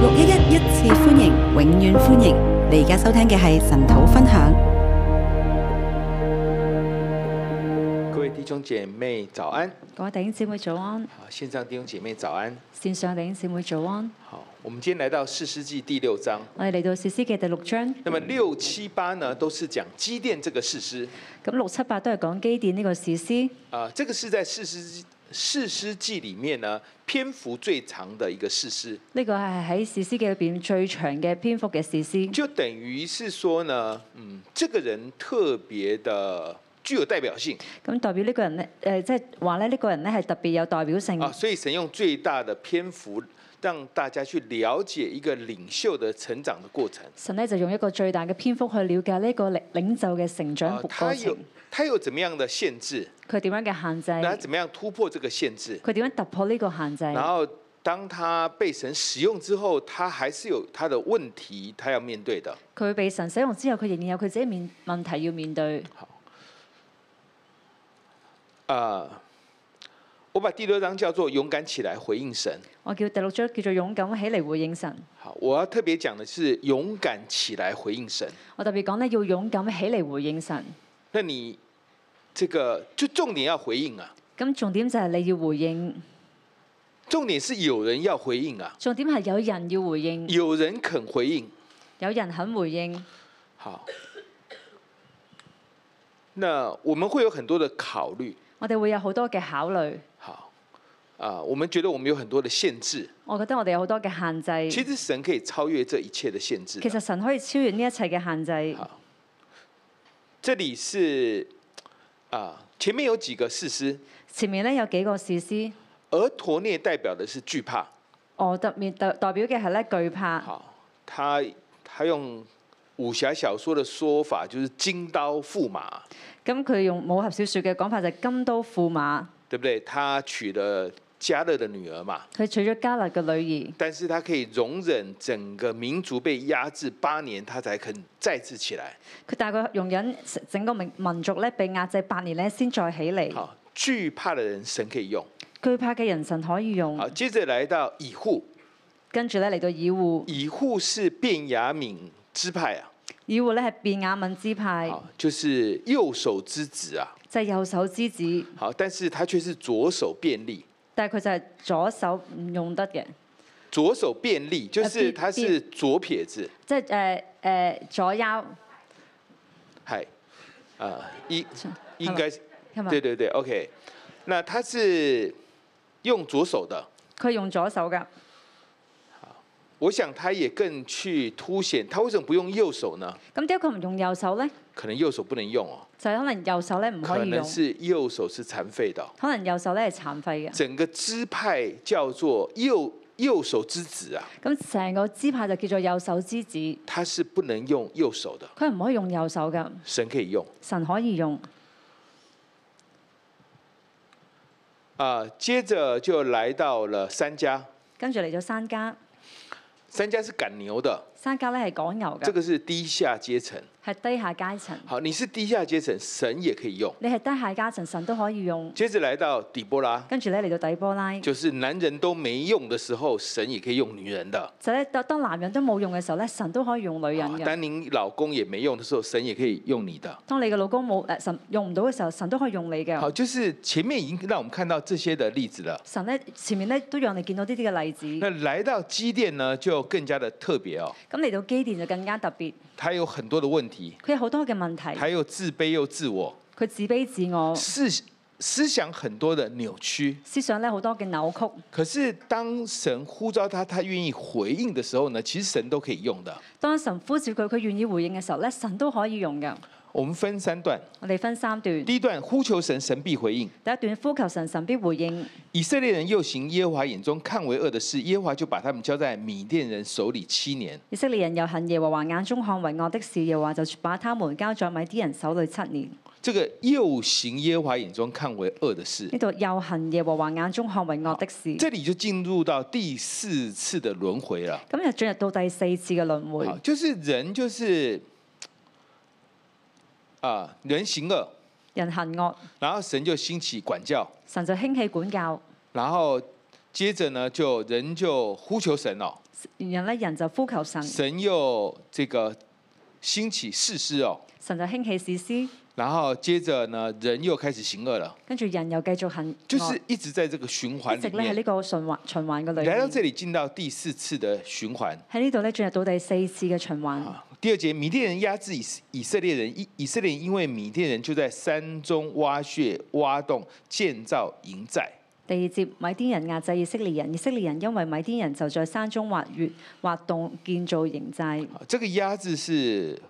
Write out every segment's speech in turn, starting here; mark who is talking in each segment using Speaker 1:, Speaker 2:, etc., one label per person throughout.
Speaker 1: 六一一一次歡迎，永遠歡迎！你而家收聽嘅係神土分享。
Speaker 2: 各位弟兄姐妹早安，
Speaker 3: 各位弟兄姊妹早安，
Speaker 2: 好，线上弟兄姐妹早安。
Speaker 3: 線上弟兄姊妹早安。
Speaker 2: 好，我们今天来到四世纪第六章，
Speaker 3: 我哋嚟到《史詩》嘅第六章，
Speaker 2: 那么六七八呢都是讲基甸这个事师
Speaker 3: 咁六七八都係講基甸呢個史詩。
Speaker 2: 啊、这个是在四世纪四世纪里面呢篇幅最长的一个事师，
Speaker 3: 呢個係喺史詩嘅入邊最長嘅篇幅嘅史詩，
Speaker 2: 就等于是说呢，嗯，这个人特别的具有代表性
Speaker 3: 咁代表呢個人咧，誒、即係話咧，呢個人咧係特別有代表性。
Speaker 2: 啊，所以神用最大的篇幅让大家去了解一个领袖的成长的过程。啊
Speaker 3: 神咧就用一個最大嘅篇幅去了解呢個領領袖嘅成
Speaker 2: 啊
Speaker 3: 長，過
Speaker 2: 他
Speaker 3: 程
Speaker 2: 有，他有怎么样的限制？
Speaker 3: 佢點樣嘅限制，
Speaker 2: 那他怎么样突破这个限制？
Speaker 3: 佢點樣突破呢個限制，
Speaker 2: 然後當他被神使用之後，他還是有他的問題，他要面對的。
Speaker 3: 佢被神使用之後，佢仍然有佢自己面問題要面對。
Speaker 2: 呃，我把第六章叫做“勇敢起來回應神
Speaker 3: 我叫第六章叫做勇敢起嚟回應神。”。
Speaker 2: 好，我要特別講的是勇敢起來回應神。
Speaker 3: 我特別講咧，要勇敢起嚟回應神。
Speaker 2: 那你这個就重點要回應啊，
Speaker 3: 咁重點就係你要回應，
Speaker 2: 重點是有人要回應啊，
Speaker 3: 重點係有人要回應，
Speaker 2: 有人肯回應。
Speaker 3: 有人肯回應。
Speaker 2: 好，那我們會有很多的考慮。
Speaker 3: 我哋會有好多嘅考慮，
Speaker 2: 好，啊、我們覺得我們有很多的限制，
Speaker 3: 我覺得我哋有好多嘅限
Speaker 2: 其
Speaker 3: 制。
Speaker 2: 實神可以超越這一切的限制的。
Speaker 3: 嗯其實神可以超越呢一切嘅限制。
Speaker 2: 好，这里是啊、前面有几個事师，
Speaker 3: 前面咧有幾個事師，
Speaker 2: 而陀涅代表的是惧怕。
Speaker 3: 我特面代代表嘅係咧懼怕。
Speaker 2: 好，他他用武俠小說的說法就是金刀驸馬，
Speaker 3: 咁佢用武俠小說嘅講法就係金刀驸馬，
Speaker 2: 對不對？他娶了加勒的女兒嘛，
Speaker 3: 佢娶咗加勒嘅女兒，
Speaker 2: 但是他可以容忍整個民族被壓制八年，他才肯再次起來。
Speaker 3: 佢大概容忍整個民民族咧被壓制八年咧先再起嚟。
Speaker 2: 好，惧怕的人神可以用。
Speaker 3: 懼怕嘅人神可以用
Speaker 2: 好，，接着來到以户，
Speaker 3: 跟住咧嚟到以護，
Speaker 2: 以户是便雅敏支派啊，
Speaker 3: 以護咧係便雅敏支派。
Speaker 2: 好，就是右手之子啊，
Speaker 3: 就係右手之子，
Speaker 2: 好，但是他却是左手便利，
Speaker 3: 但係佢就係左手唔用得嘅，
Speaker 2: 左手便利就是
Speaker 3: 呃便
Speaker 2: 他是左撇子，
Speaker 3: 即係誒誒左腰
Speaker 2: 嗨，啊、应
Speaker 3: 是
Speaker 2: 应该是，
Speaker 3: 係咪
Speaker 2: 对？对对，OK，那他是用左手的，
Speaker 3: 佢用左手㗎，
Speaker 2: 我想他也更去凸显他为什么不用右手呢？
Speaker 3: 咁點解佢唔用右手咧？
Speaker 2: 可能右手不能用哦，
Speaker 3: 就係、可能右手咧唔可
Speaker 2: 可
Speaker 3: 以用
Speaker 2: 能，是右手是残废的哦、
Speaker 3: 可能右手咧係殘廢嘅，
Speaker 2: 整个支派叫做右右手之子啊，
Speaker 3: 咁成個支派就叫做右手之子，
Speaker 2: 他是不能用右手的，
Speaker 3: 佢係唔可以用右手㗎，
Speaker 2: 神可以用
Speaker 3: 神可以用。
Speaker 2: 啊、接着就来到了三家，
Speaker 3: 跟住嚟咗山家，
Speaker 2: 三家是赶牛的，
Speaker 3: 山家咧係趕牛
Speaker 2: 这
Speaker 3: 㗎，
Speaker 2: 个是低下阶层。
Speaker 3: 係低下階層。
Speaker 2: 好，你是低下阶层，神也可以用。
Speaker 3: 你係低下階層，神都可以用。
Speaker 2: 接着来到底波拉，
Speaker 3: 跟住咧嚟到底波拉，
Speaker 2: 就是男人都没用的时候，神也可以用女人的。
Speaker 3: 就咧當當男人都冇用嘅時候咧，神都可以用女人
Speaker 2: 好
Speaker 3: 嘅。
Speaker 2: 当你老公也没用的时候，神也可以用你的。
Speaker 3: 當你嘅老公冇誒神用唔到嘅時候，神都可以用你
Speaker 2: 好，
Speaker 3: 嘅。
Speaker 2: 就是前面已經让我们看到这些的例子了。
Speaker 3: 神咧前面咧都讓你見到呢啲嘅例子。
Speaker 2: 那来到基甸呢，就更加的特别哦。
Speaker 3: 咁嚟到基甸就更加特別，
Speaker 2: 他有很多的问题，
Speaker 3: 佢有好多嘅問題，
Speaker 2: 还有自卑又自我，
Speaker 3: 佢自卑自我，
Speaker 2: 思思想很多的扭曲。
Speaker 3: 思想咧好多嘅扭曲。
Speaker 2: 可是当神呼召他，他愿意回应的时候呢，其实神都可以用的。
Speaker 3: 當神呼召佢，佢願意回應嘅時候咧，神都可以用嘅。
Speaker 2: 我们分三段，
Speaker 3: 我哋分三段，第
Speaker 2: 第一段呼求神，神必回应。
Speaker 3: 一段呼求神，神必回應。
Speaker 2: 以色列人又行耶和华眼中看为恶的事，耶和华就把他们交在米甸人手里七年。
Speaker 3: 以色列人又恨耶和華眼中看為惡的事，耶和華就把他們交在米啲人手裏七年。
Speaker 2: 这个又行耶和华眼中看为恶的事，
Speaker 3: 呢度又恨耶和華眼中看為惡的事，
Speaker 2: 这里就进入到第四次的轮回了。
Speaker 3: 咁就進入到第四次嘅輪迴
Speaker 2: 好，。就是人就是啊、人行恶，
Speaker 3: 人行惡，
Speaker 2: 然后神就兴起管教，
Speaker 3: 神就興起管教。
Speaker 2: 然后接着呢，就人就呼求神哦，
Speaker 3: 然後咧人就呼求神，
Speaker 2: 神又这个兴起誓师哦，
Speaker 3: 神就興起士師，
Speaker 2: 然后接着呢，人又开始行恶了，
Speaker 3: 跟住人又繼續行
Speaker 2: 就
Speaker 3: 惡
Speaker 2: 是一直在这个循环
Speaker 3: 一直
Speaker 2: 里
Speaker 3: 咧喺
Speaker 2: 面
Speaker 3: 呢。個循環循環嘅裏
Speaker 2: 来到
Speaker 3: 面。
Speaker 2: 这里，进到第四次的循环。
Speaker 3: 喺呢度咧進入到第四次嘅循環。
Speaker 2: 啊第二节，米甸人压制以色以色列人，以以色列人因为米甸人就在山中挖穴、挖洞、建造营寨。
Speaker 3: 第二節，米甸人壓制以色列人，以色列人因為米甸人就在山中挖穴、挖洞、建造營寨。呢、
Speaker 2: 啊这个压制是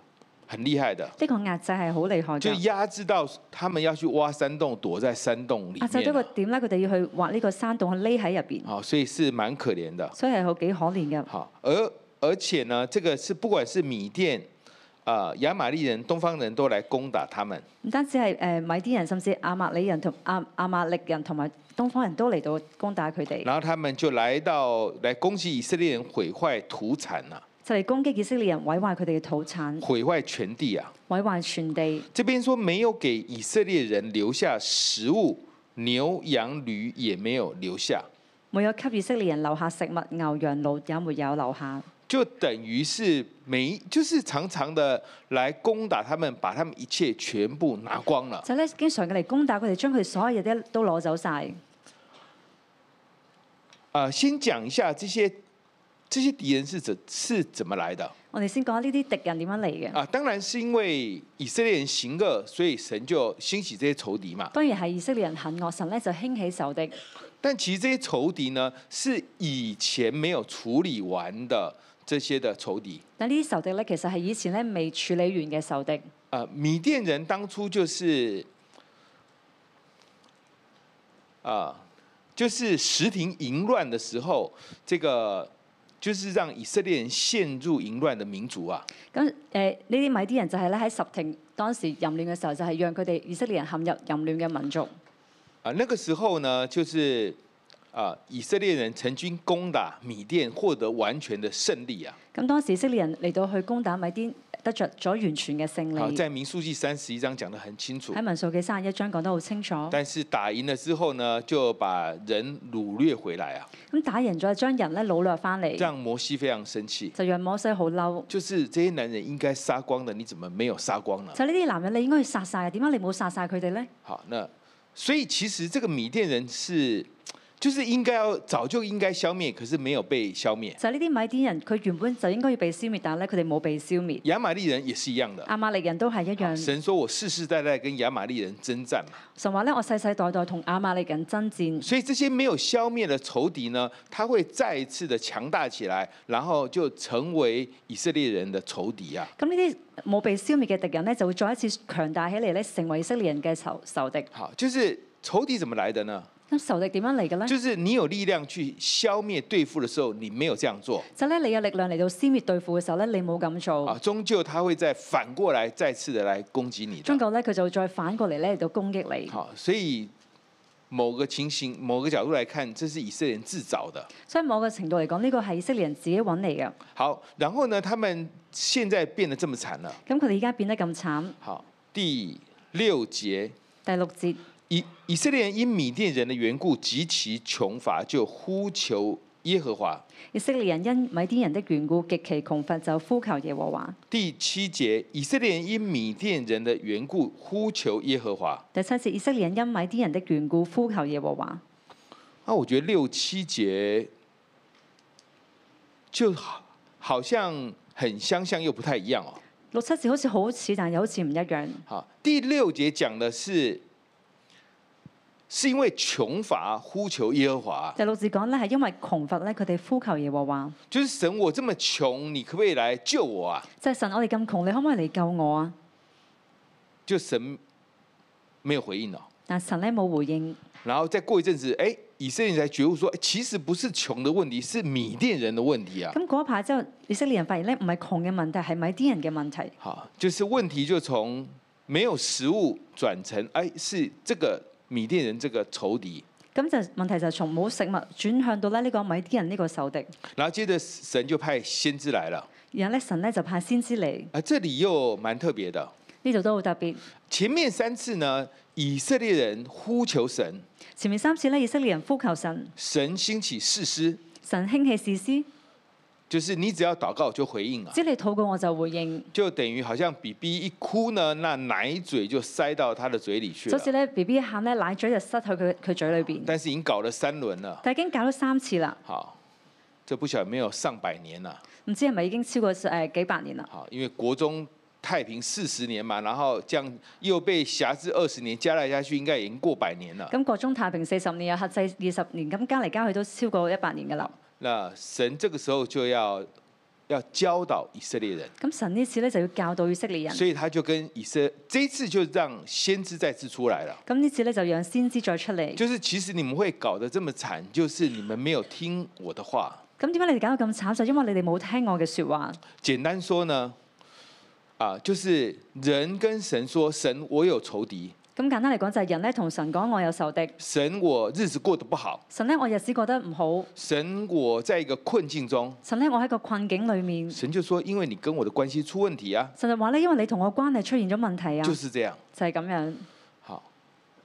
Speaker 2: 很厉害的，
Speaker 3: 個壓制係好厲害
Speaker 2: 就
Speaker 3: 嘅。
Speaker 2: 压制到他们要去挖山洞，躲在山洞里
Speaker 3: 壓制到個
Speaker 2: 面。啊
Speaker 3: 點咧，佢哋要去挖呢個山洞，匿喺入邊，
Speaker 2: 好，所以是蛮可怜的。
Speaker 3: 所以係好幾可憐嘅。
Speaker 2: 好，而而且呢，这个是不管是米甸、啊亚玛利人、东方人都来攻打他们。
Speaker 3: 唔單止係誒米甸人，甚至亞瑪里人同亞亞瑪力人同埋東方人都嚟到攻打佢哋，
Speaker 2: 然后他们就来到来攻击以色列人，毁坏土产啊，
Speaker 3: 就嚟攻擊以色列人，毀壞佢哋嘅土產，
Speaker 2: 毁坏全地啊。
Speaker 3: 毀壞全地。
Speaker 2: 这边说没有给以色列人留下食物，牛羊驴也没有留下，
Speaker 3: 沒有給以色列人留下食物，牛羊驢也沒有留下，
Speaker 2: 就等于是没，就是常常的来攻打他们，把他们一切全部拿光了。
Speaker 3: 就咧經常嘅嚟攻打佢哋，將佢所有嘢咧都攞走晒。
Speaker 2: 啊，先讲一下这些这些敌人是怎是怎么来的
Speaker 3: 我哋先講下呢啲敵人點樣嚟嘅。
Speaker 2: 啊？当然是因为以色列人行恶，所以神就兴起这些仇敌嘛。
Speaker 3: 當然係以色列人恨惡神咧，就興起仇敵。
Speaker 2: 但其实这些仇敌呢，是以前没有处理完的这些的仇敌。
Speaker 3: 但呢啲仇敵咧，其實係以前咧未處理完嘅仇敵。
Speaker 2: 呃，米甸人当初就是，啊、就是石亭淫乱的时候，这个就是让以色列人陷入淫乱的民族啊。
Speaker 3: 咁誒呢啲米啲人就係咧喺十庭當時淫亂嘅時候，就係讓佢哋以色列人陷入淫亂嘅民族。
Speaker 2: 啊、那个时候呢，就是啊、以色列人曾经攻打米甸，获得完全的胜利啊。
Speaker 3: 咁當時以色列人嚟到去攻打米甸，得着咗完全嘅勝
Speaker 2: 好、
Speaker 3: 利。
Speaker 2: 啊在民数记三十一章讲得很清楚
Speaker 3: 喺。民數記三十一章講得好清楚。
Speaker 2: 但是打赢了之后呢，就把人掳掠回来啊，
Speaker 3: 咁打贏咗，將人咧掳掠翻嚟，
Speaker 2: 让摩西非常生气。
Speaker 3: 就讓摩西好嬲。
Speaker 2: 就是这些男人应该杀光的，你怎么没有杀光呢？
Speaker 3: 就呢啲男人，你應該要殺晒嘅，點解你冇殺晒佢哋咧？
Speaker 2: 好，那所以其实这个米甸人是，就是应该要早就应该消灭，可是没有被消灭。
Speaker 3: 就係呢啲米甸人，佢原本就應該要被消滅，但係咧佢哋冇被消滅。
Speaker 2: 亚玛利人也是一样的。
Speaker 3: 亞瑪力人都係一樣。
Speaker 2: 神说：“我世世代代跟亚玛利人征战嘛。
Speaker 3: 神話咧，我世世代代同亞瑪力人爭戰”。
Speaker 2: 所以这些没有消灭的仇敌呢，他会再一次的强大起来，然后就成为以色列人的仇敌啊。
Speaker 3: 咁呢啲冇被消滅嘅敵人咧，就會再一次強大起嚟咧，成為以色列人嘅仇仇敵。
Speaker 2: 好，就是仇敌怎么来的呢？
Speaker 3: 咁仇敵點樣嚟嘅咧？
Speaker 2: 就是你有力量去消灭对付的时候，你没有这样做。
Speaker 3: 就咧，你有力量嚟到消滅對付嘅時候咧，你冇咁
Speaker 2: 啊，
Speaker 3: 做，
Speaker 2: 终究他会再反过来再次的来攻击你
Speaker 3: 終
Speaker 2: 的。
Speaker 3: 究咧佢就會再反過嚟咧嚟到攻擊你。
Speaker 2: 好，所以某个情形、某个角度来看，这是以色列人自找的。
Speaker 3: 所以某個程度嚟講，呢個係以色列人自己揾嚟嘅。
Speaker 2: 好，然后呢，他们现在变得这么惨了。
Speaker 3: 咁佢哋而家變得咁慘。
Speaker 2: 好，第六节，
Speaker 3: 第六節，
Speaker 2: 以以色列人因米甸人的缘故极其穷乏，就呼求耶和华。
Speaker 3: 以色列人因米甸人的緣故極其窮乏，就呼求耶和華。
Speaker 2: 第七节，以色列人因米甸人的缘故呼求耶和华。
Speaker 3: 第七節，以色列人因米甸人的緣故呼求耶和華。
Speaker 2: 那我觉得六七节就好，好像很相像又不太一样哦。
Speaker 3: 六七節好似好似，但又好似唔一樣。
Speaker 2: 好，第六节讲的是，是因为穷乏呼求耶和华，
Speaker 3: 第六節講咧係因為窮乏咧，佢哋呼求耶和華，
Speaker 2: 就是神，我这么穷，你可不可以来救我啊？
Speaker 3: 就係、神，我哋咁窮，你可唔可以嚟救我啊？
Speaker 2: 就神没有回应哦。
Speaker 3: 但神咧冇回應，
Speaker 2: 然后再过一阵子，哎，以色列人才觉悟说，哎其实不是穷的问题，是米甸人的问题啊。
Speaker 3: 咁嗰一排之後，以色列人發現咧唔係窮嘅問題，係米啲人嘅問題，
Speaker 2: 好，就是问题就从没有食物转成，哎，是这个米甸人这个仇敌。
Speaker 3: 咁就問題就係從冇食物轉向到咧呢個米啲人呢個仇敵，
Speaker 2: 然后接着神就派先知来了，
Speaker 3: 然後咧神咧就派先知嚟，
Speaker 2: 啊，这里又蛮特别的。
Speaker 3: 呢度都好特別。
Speaker 2: 前面三次呢，以色列人呼求神，
Speaker 3: 前面三次咧，以色列人呼求神，
Speaker 2: 神兴起士师，
Speaker 3: 神興起士師，
Speaker 2: 就是你只要祷告就回应啊，
Speaker 3: 只要你禱告我就回應，
Speaker 2: 就等于好像 B B 一哭呢，那奶嘴就塞到他的嘴里去
Speaker 3: 就好
Speaker 2: 了。
Speaker 3: 似咧 B B 喊咧奶嘴就塞去佢佢嘴裏邊，
Speaker 2: 但是已经搞了三轮了，
Speaker 3: 但已經搞咗三次啦，
Speaker 2: 好，这不晓得有没有上百年了、
Speaker 3: 唔知係咪已經超過誒、呃、幾百年啦？
Speaker 2: 好，因为国中太平四十年嘛，然后这样又被辖制二十年，加来加去应该已经过百年了。
Speaker 3: 咁國中太平四十年，有核制二十年，咁加嚟加去都超過一百年噶啦。
Speaker 2: 那神这个时候就要要教导以色列人，
Speaker 3: 咁神呢次咧就要教導以色列人，
Speaker 2: 所以他就跟以色这一次就让先知再次出来了。
Speaker 3: 咁呢次咧就讓先知再出嚟。
Speaker 2: 就是其实你们会搞得这么惨，就是你们没有聽我的话。
Speaker 3: 咁點解你哋搞到咁慘？就因為你哋冇聽我嘅説話。
Speaker 2: 简单说呢，啊，就是人跟神说：“神，我有仇敵，
Speaker 3: 咁簡單嚟講就係人咧同神講我有仇敵，
Speaker 2: 神，我日子過得不好，
Speaker 3: 神咧我日子過得唔好，
Speaker 2: 神，我在一個困境中。
Speaker 3: 神咧我喺個困境裡面”。
Speaker 2: 神就說：“因為你跟我的關係出問題啊，
Speaker 3: 神就話咧，因為你同我關係出現咗問題啊，
Speaker 2: 就
Speaker 3: 就是
Speaker 2: 這樣。
Speaker 3: 係咁樣。
Speaker 2: 好，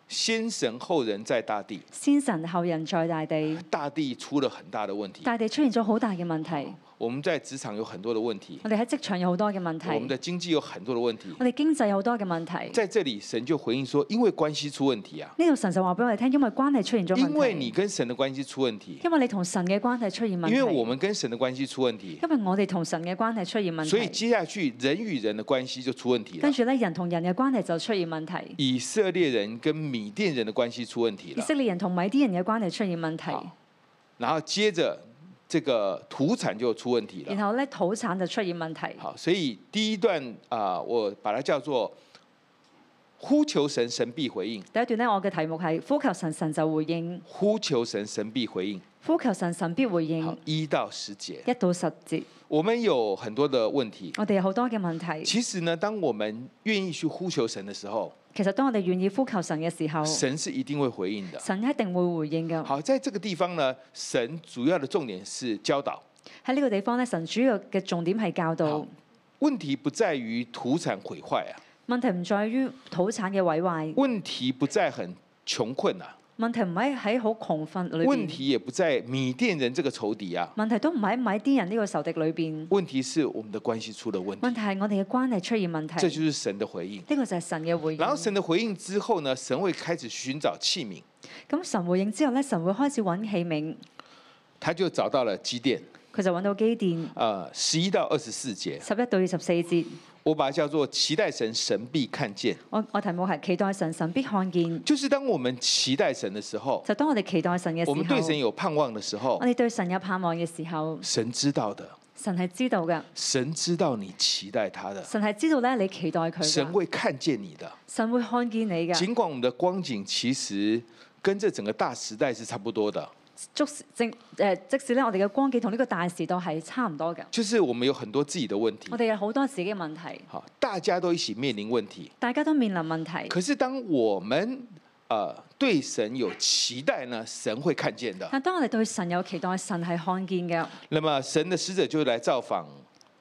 Speaker 2: 先神後人在大地，
Speaker 3: 先神後人在大地，
Speaker 2: 大地出了很大的問題。
Speaker 3: 大地出現咗好大嘅問題。
Speaker 2: 我們在職場有很多的問題，
Speaker 3: 我哋喺職場有好多嘅問
Speaker 2: 我們
Speaker 3: 題，
Speaker 2: 的經濟有很多的問題。
Speaker 3: 我哋經濟有好多嘅問題。
Speaker 2: 在這裡，神就回應說：因為關係出問題啊，
Speaker 3: 呢度神就話俾我哋聽，因為關係出現咗問題，
Speaker 2: 因為你跟神的關係出問題，
Speaker 3: 因為你同神嘅關係出現問
Speaker 2: 因為
Speaker 3: 題，
Speaker 2: 我們跟神的關係出問題。”
Speaker 3: 因為我哋同神嘅關係出現問
Speaker 2: 所以
Speaker 3: 題，
Speaker 2: 接下去人与人的关系就出问题
Speaker 3: 跟
Speaker 2: 了。
Speaker 3: 住咧人同人嘅關係就出現問題，
Speaker 2: 以色列人跟米甸人的关系出问题
Speaker 3: 以
Speaker 2: 了，
Speaker 3: 色列人同米啲人嘅關係出現問題，
Speaker 2: 好然后接着这个土产就出问题了。
Speaker 3: 然後咧土產就出現問題。
Speaker 2: 好，所以第一段啊、我把它叫做呼求神，神必回应；
Speaker 3: 第一段咧，我嘅題目係呼求神，神就回應；
Speaker 2: 呼求神，神必回应。
Speaker 3: 呼求神，神必回
Speaker 2: 好
Speaker 3: 應。，
Speaker 2: 一到十节，
Speaker 3: 一到十節，
Speaker 2: 我们有很多的问题。
Speaker 3: 我哋有好多嘅問題。
Speaker 2: 其实呢，当我們愿意去呼求神的时候，
Speaker 3: 其實當我哋願意呼求神嘅時候，
Speaker 2: 神是一定会回应的。
Speaker 3: 神一定會回應嘅。
Speaker 2: 好，在这个地方呢，神主要的重点是教导。
Speaker 3: 喺呢個地方咧，神主要嘅重點係教導
Speaker 2: 好。问题不在于土产毁坏啊，
Speaker 3: 問題唔在於土產嘅毀壞，
Speaker 2: 问题不在很穷困啊，
Speaker 3: 問題唔喺喺好窮困裏
Speaker 2: 问
Speaker 3: 邊，
Speaker 2: 题也不在米甸人这个仇敌啊，
Speaker 3: 問題都唔喺米甸人呢個仇敵裏邊。
Speaker 2: 问題是我们的关系出了问
Speaker 3: 問
Speaker 2: 题，
Speaker 3: 題係我哋嘅關係出現問
Speaker 2: 这
Speaker 3: 題。
Speaker 2: 就是神的回应。
Speaker 3: 呢個就係神嘅回應
Speaker 2: 然。后神的回应之后呢，神会开始寻找器皿，
Speaker 3: 咁神回應之後咧，神會開始揾器皿，
Speaker 2: 他就找到了基甸，
Speaker 3: 佢就揾到基甸
Speaker 2: 呃，十一到二十四节，
Speaker 3: 十一到二十四節。
Speaker 2: 我把它叫做期待神，神必看见。
Speaker 3: 我我題目係期待神，神必看見。
Speaker 2: 就是当我们期待神的时候，
Speaker 3: 就當我哋期待神嘅時
Speaker 2: 我们对神
Speaker 3: 候，
Speaker 2: 有盼望的时候
Speaker 3: 我，哋對神有盼望嘅時候，
Speaker 2: 神知道的，
Speaker 3: 神係知道嘅，
Speaker 2: 神知道你期待他的，
Speaker 3: 神係知道咧你期待佢
Speaker 2: 神
Speaker 3: 嘅，
Speaker 2: 会看见你的。
Speaker 3: 神會看見你嘅。
Speaker 2: 尽管我们的光景其实跟这整个大时代是差不多的，
Speaker 3: 即使正誒，即使咧我哋嘅光景同呢個大時代係差唔多嘅，
Speaker 2: 就是我们有很多自己的问题
Speaker 3: 我，哋有好多自己嘅問題，
Speaker 2: 好，大家都一起面临问题。
Speaker 3: 大家都面臨問題。
Speaker 2: 可是当我们呃对神有期待呢，神会看见的。
Speaker 3: 但當我哋對神有期待，神係看見嘅。
Speaker 2: 那么神的使者就来造访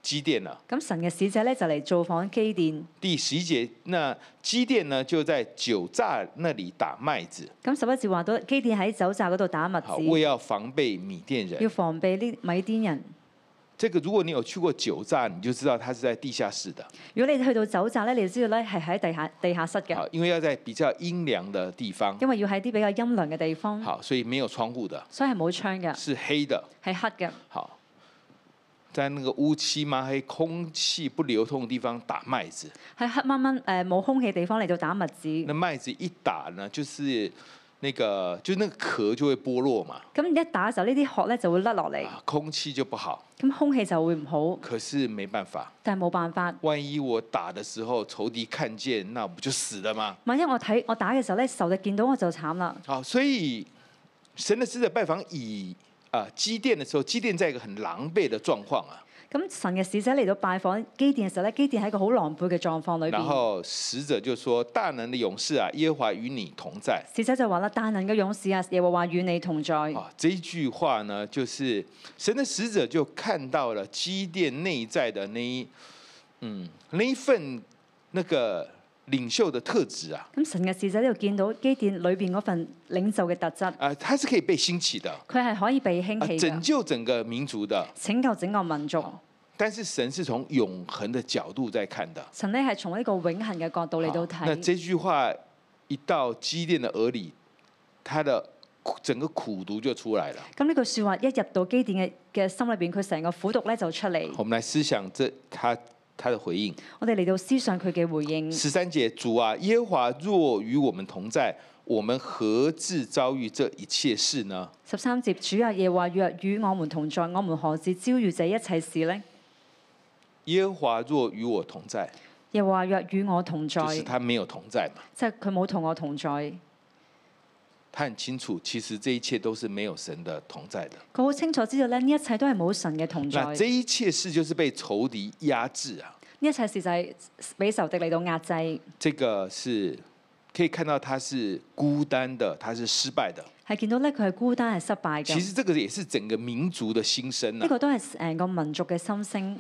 Speaker 2: 基甸了。
Speaker 3: 咁神嘅使者咧就嚟造訪基甸。
Speaker 2: 第十一节，那基甸呢就在酒榨那里打麦子，
Speaker 3: 咁十一節話到基甸喺酒窖嗰度打麥
Speaker 2: 好，为
Speaker 3: 子，
Speaker 2: 要防备米甸
Speaker 3: 要
Speaker 2: 人。
Speaker 3: 防備呢米甸人。
Speaker 2: 这个如果你有去过酒榨，你就知道它是在地下室的，
Speaker 3: 如果你去到酒窖咧，你就知道咧係喺地下地下室嘅，
Speaker 2: 好，因为要在比较陰涼的地方。
Speaker 3: 因為要喺啲比較陰涼嘅地方，
Speaker 2: 好，所以没有窗户的，
Speaker 3: 所以係冇窗嘅，
Speaker 2: 是黑的。
Speaker 3: 係黑嘅。
Speaker 2: 好，在那个乌漆嘛黑、空气不流通的地方打麦子，
Speaker 3: 喺黑掹掹誒冇空氣地方嚟到打麥子，
Speaker 2: 那
Speaker 3: 咁
Speaker 2: 麦子一打呢，就是那个就那个壳就会剥落嘛，
Speaker 3: 一打嘅時候，呢啲殼咧就會甩落嚟，
Speaker 2: 啊，空气就不好。
Speaker 3: 咁空氣就會唔好，
Speaker 2: 可是没办法，
Speaker 3: 但係冇辦法。
Speaker 2: 万一我打的时候仇敌看见，那我不就死了吗？
Speaker 3: 萬一我睇我打嘅時候咧，仇敵見到我就慘啦。
Speaker 2: 好，所以神的使者拜访以啊基甸的时候，基甸在一个很狼狈的状况啊。
Speaker 3: 咁神嘅使者嚟到拜訪基甸嘅時候咧，基甸喺一個好狼狽嘅狀況裏
Speaker 2: 然
Speaker 3: 邊。
Speaker 2: 后使者就说：“大能的勇士啊，耶和华与你同在。
Speaker 3: 使者就話啦：大能嘅勇士啊，耶和華與你同在。”
Speaker 2: 啊，这一句话呢，就是神的使者就看到了基甸内在的那一，嗯，那一份那个领袖的特质啊，
Speaker 3: 咁神嘅使者呢度見到基甸裏邊嗰份領袖嘅特質，
Speaker 2: 啊、它是可以被兴起的，啊、
Speaker 3: 佢係可以被興起
Speaker 2: 拯
Speaker 3: 嘅，
Speaker 2: 救整个民族的。
Speaker 3: 拯救整個民
Speaker 2: 啊
Speaker 3: 族。
Speaker 2: 但是神是從永恒的角度在看的。
Speaker 3: 神呢係從呢個永恆嘅角度嚟到
Speaker 2: 好那
Speaker 3: 睇，
Speaker 2: 这句话一到基甸的耳里，他的苦整个苦读就出来了。
Speaker 3: 咁呢句説話一入到基甸嘅嘅心裏邊，佢成個苦毒咧就出嚟。
Speaker 2: 我们来思想这他他的回应，
Speaker 3: 我哋嚟到思想佢嘅回應。
Speaker 2: 十三节，主啊，耶和华若与我们同在，我们何至遭遇这一切事呢？
Speaker 3: 十三節，主啊耶和華若與我們同在，我們何至遭遇這一切事呢？
Speaker 2: 耶和華若與我同在，
Speaker 3: 耶和華若與我同在，
Speaker 2: 就是他没有同在嘛。
Speaker 3: 即係佢冇同我同在。佢
Speaker 2: 他很清楚，其实这一切都是没有神的同在的。
Speaker 3: 好清楚知道咧，呢一切都係冇神嘅同在。
Speaker 2: 那这
Speaker 3: 呢
Speaker 2: 一切事就是被仇敌压制啊。
Speaker 3: 一切事就係俾仇敵嚟到壓制，係
Speaker 2: 这个是可以看到他是孤单的，他是失败的。
Speaker 3: 見到咧佢係孤單係失敗
Speaker 2: 其
Speaker 3: 嘅。
Speaker 2: 实这个也是整个民族的心声
Speaker 3: 呢
Speaker 2: 啊。
Speaker 3: 個都係成個民族嘅心聲。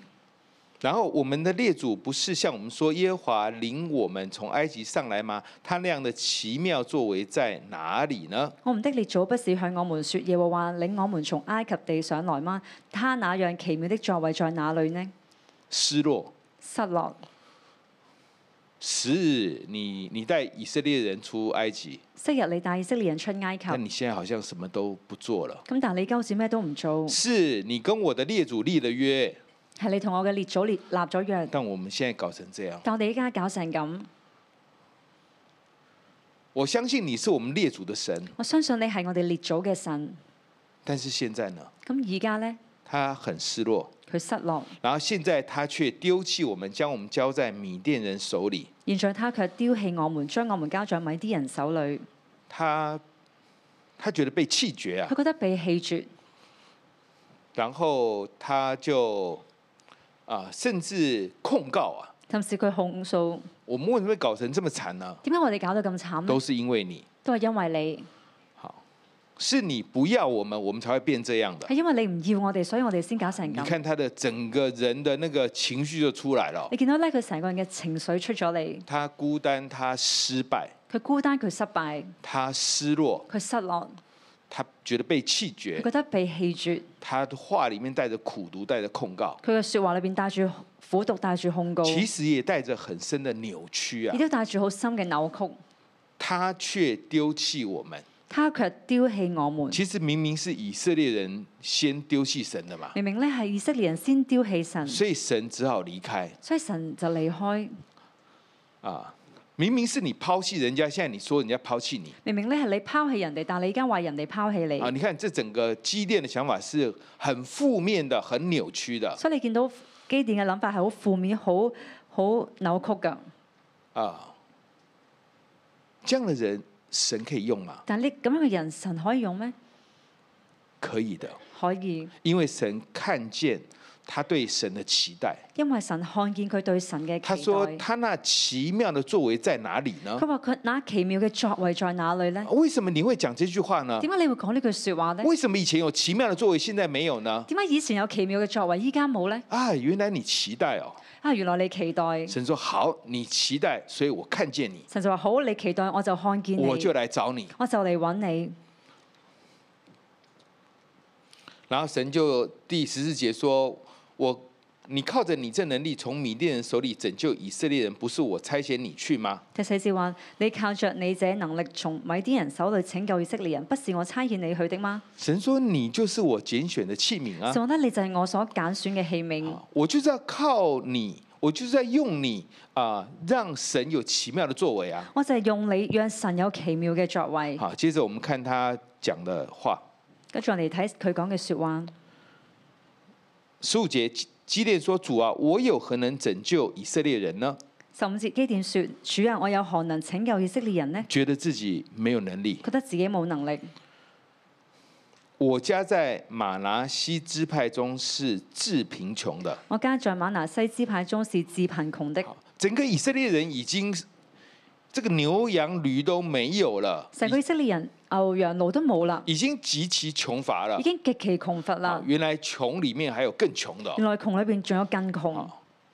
Speaker 2: 然后我们的列祖不是向我们说耶和华领我们从埃及上来吗？他那样的奇妙作为在哪里呢？
Speaker 3: 我們的列祖不是向我們說耶和華領我們從埃及地上來嗎？他那樣奇妙的作為在哪裏呢？
Speaker 2: 失落。
Speaker 3: 失落。
Speaker 2: 十日你你带以色列人出埃及，
Speaker 3: 昔日你帶以色列人出埃及，
Speaker 2: 但
Speaker 3: 咁
Speaker 2: 你现在好像什么都不做了。
Speaker 3: 但係你鳩子咩都唔做，
Speaker 2: 是你跟我的列祖立了约，
Speaker 3: 係你同我嘅列祖列立咗約，
Speaker 2: 但我们现在搞成这样。
Speaker 3: 但我哋依家搞成咁，
Speaker 2: 我相信你是我们列祖的神，
Speaker 3: 我相信你係我哋列祖嘅神。
Speaker 2: 但是现在呢，
Speaker 3: 咁而家呢，
Speaker 2: 他很失落。
Speaker 3: 佢失落，
Speaker 2: 然后现在他却丢弃我们，将我们交在米甸人手里。
Speaker 3: 現在他卻丟棄我們，將我們交在米啲人手裏。
Speaker 2: 他他觉得被弃绝啊
Speaker 3: 佢，覺得被棄絕，
Speaker 2: 然后他就啊、甚至控告啊，
Speaker 3: 甚至佢控訴：
Speaker 2: 我们为什么会搞成这么惨呢？
Speaker 3: 點解我哋搞到咁慘呢
Speaker 2: 都是因为你，
Speaker 3: 都係因為你。
Speaker 2: 好，是你不要我们，我们才会变这样的
Speaker 3: 係。因為你唔要我哋，所以我哋先搞成
Speaker 2: 你
Speaker 3: 咁。
Speaker 2: 看他的整個人的那個情緒就出來了哦
Speaker 3: 你，見到咧，佢成個人嘅情緒出咗嚟，
Speaker 2: 他孤單，他失敗，
Speaker 3: 佢孤單，佢失敗，
Speaker 2: 他失落，
Speaker 3: 佢失落，
Speaker 2: 他覺得被棄
Speaker 3: 佢
Speaker 2: 絕，
Speaker 3: 覺得被棄絕。
Speaker 2: 他的話裡面帶着苦毒，帶着控告。
Speaker 3: 佢嘅説話裏邊帶住苦毒，帶住控告，
Speaker 2: 其
Speaker 3: 亦
Speaker 2: 實也帶着很深的扭曲啊，
Speaker 3: 都帶住好深嘅扭曲。
Speaker 2: 他卻丟棄我們。
Speaker 3: 他卻丟棄我們。
Speaker 2: 其實明明是以色列人先丟棄神的嘛，
Speaker 3: 明明咧係以色列人先丟棄神，
Speaker 2: 所以神只好離開
Speaker 3: 所以神就離開。
Speaker 2: 啊。明明是你拋棄人家，現在你說人家拋棄你
Speaker 3: 明明咧係你拋棄人哋，但你而家話人哋拋棄
Speaker 2: 啊！
Speaker 3: 你，
Speaker 2: 你看這整個基甸的想法是很負面的、很扭曲的
Speaker 3: 所以你見到基甸嘅諗法係好負面、好好扭曲㗎。
Speaker 2: 啊。這樣的人，神可以用嗎？
Speaker 3: 但係呢咁樣嘅人，神可以用咩？
Speaker 2: 可以的，
Speaker 3: 可以。
Speaker 2: 因為神看見他對神的期待。
Speaker 3: 因為神看見佢對神嘅
Speaker 2: 他
Speaker 3: 期
Speaker 2: 說：“
Speaker 3: 待，
Speaker 2: 他那奇妙的作為在哪裡呢？”
Speaker 3: 佢話佢那奇妙嘅作為在哪裏呢？
Speaker 2: 为什么你会讲这句话呢？
Speaker 3: 點解你會講呢句説話呢？
Speaker 2: 为什么以前有奇妙的作为，现在没有呢？
Speaker 3: 點解以前有奇妙嘅作為，依家冇呢？
Speaker 2: 啊，原来你期待哦。
Speaker 3: 啊，原來你期待，
Speaker 2: 神说好，你期待，所以我看见你，
Speaker 3: 神就話好，你期待我就看見你，
Speaker 2: 我
Speaker 3: 我
Speaker 2: 就
Speaker 3: 就
Speaker 2: 来找你。
Speaker 3: 嚟揾你。
Speaker 2: 然后神就第十四节说：“我，你靠着你这能力，从米甸人手里拯救以色列人，不是我差遣你去吗
Speaker 3: 第四節話：你靠着你這能力，從米甸人手裏拯救以色列人，不是我差遣你去的嗎？？”
Speaker 2: 神说：“你就是我拣选的器皿啊
Speaker 3: 神，話得你就係我所揀選嘅器皿，
Speaker 2: 我就是要靠你，我就是在用你啊、让神有奇妙的作为啊。”
Speaker 3: 我就係用你，讓神有奇妙嘅作為。
Speaker 2: 好，接着我们看他讲的话。
Speaker 3: 跟住我哋睇佢講嘅説話。
Speaker 2: 十五节，基基列说：“主啊，我有何能拯救以色列人呢？
Speaker 3: 十五節基甸說：主啊，我有何能拯救以色列人呢？
Speaker 2: 觉得自己没有能力。
Speaker 3: 覺得自己冇能力。
Speaker 2: 我家在马拿西支派中是至贫穷的。
Speaker 3: 我家在馬拿西支派中是至貧窮的，
Speaker 2: 好，整个以色列人已经这个牛羊驴都没有了，
Speaker 3: 成個以色列人牛羊奴都冇啦，
Speaker 2: 已已經极其穷乏了啊
Speaker 3: 已。經極其窮乏
Speaker 2: 好
Speaker 3: 啦。
Speaker 2: 原来穷里面还有更穷的哦。
Speaker 3: 原來窮裏邊仲有更窮，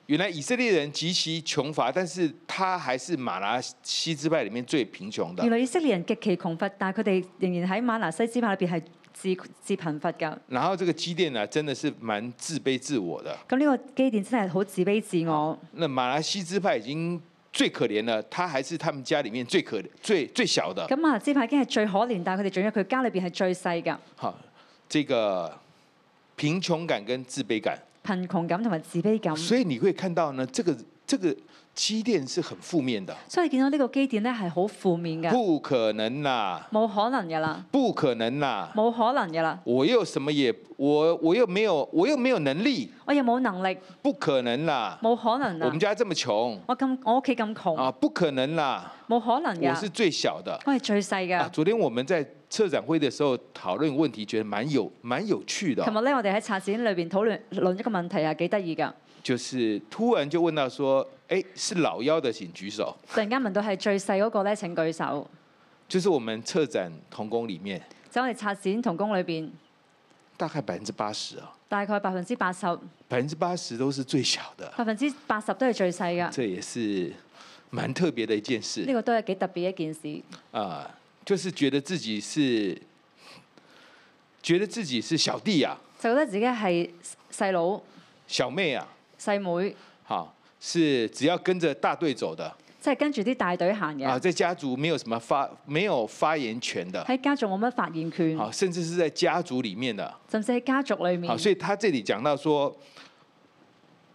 Speaker 2: 原来以色列人极其穷乏，但是他还是马拉西支派里面最贫穷
Speaker 3: 原
Speaker 2: 的。
Speaker 3: 來以色列人極其窮乏，但係佢哋仍然喺馬拿西支派裏邊係自自貧乏㗎。
Speaker 2: 然后这个基甸呢，真的是蛮自卑自我的。
Speaker 3: 咁呢個基甸真係好自卑自我。
Speaker 2: 那马拉西支派已经最可怜了，他还是他们家里面最可最最小的。
Speaker 3: 咁馬拿支派已經係最可憐，但係佢哋仲要佢家裏邊係最細㗎。
Speaker 2: 好，這個貧窮感跟自卑感，
Speaker 3: 貧窮感同埋自卑感，
Speaker 2: 所以你會看到呢，這個这个基甸是很負面的，
Speaker 3: 所以你見到呢個基甸咧係好負面嘅，
Speaker 2: 不可能啦、
Speaker 3: 冇可能㗎啦，
Speaker 2: 不可能啦、
Speaker 3: 冇可能㗎啦，
Speaker 2: 我又什么也我我又沒有我又沒有能力，
Speaker 3: 我又哎冇能力，
Speaker 2: 不可能啦、
Speaker 3: 冇可能
Speaker 2: 我
Speaker 3: 啊
Speaker 2: 們！家這麼窮
Speaker 3: 我咁我屋企咁窮，
Speaker 2: 啊，不可能啦、
Speaker 3: 冇可能
Speaker 2: 我是
Speaker 3: 㗎，
Speaker 2: 最小的。
Speaker 3: 我係最細
Speaker 2: 啊，
Speaker 3: 㗎。
Speaker 2: 昨天我們在策展會的時候討論問題，覺得蠻有蠻有趣的哦、
Speaker 3: 琴日咧，我哋喺策展裏邊討論論一個問題啊，幾得意㗎。
Speaker 2: 就是突然就問到說，哎、是老幺的請舉手。
Speaker 3: 突然間問到係最細嗰個咧，請舉手。
Speaker 2: 就是我們策展童工裡面，
Speaker 3: 就我哋策展童工裏邊，
Speaker 2: 大概百分之八十啊，
Speaker 3: 大概百分之八十，
Speaker 2: 百分之八十都是最小的，
Speaker 3: 百分之八十都係最細㗎。
Speaker 2: 这也是蠻特別的一件事
Speaker 3: 呢個都係幾特別一件事，
Speaker 2: 啊、就是觉得自己是觉得自己是小弟啊、
Speaker 3: 就覺得自己係細佬、
Speaker 2: 小妹啊，
Speaker 3: 細妹，
Speaker 2: 好是只要跟着大队走的
Speaker 3: 即係跟住啲大隊行
Speaker 2: 啊，
Speaker 3: 嘅，
Speaker 2: 在家族没有什么发没有发言权的，
Speaker 3: 喺家族冇乜發言權，
Speaker 2: 好甚至是在家族里面的，
Speaker 3: 甚至喺家族裏面
Speaker 2: 好，。所以他这里讲到说。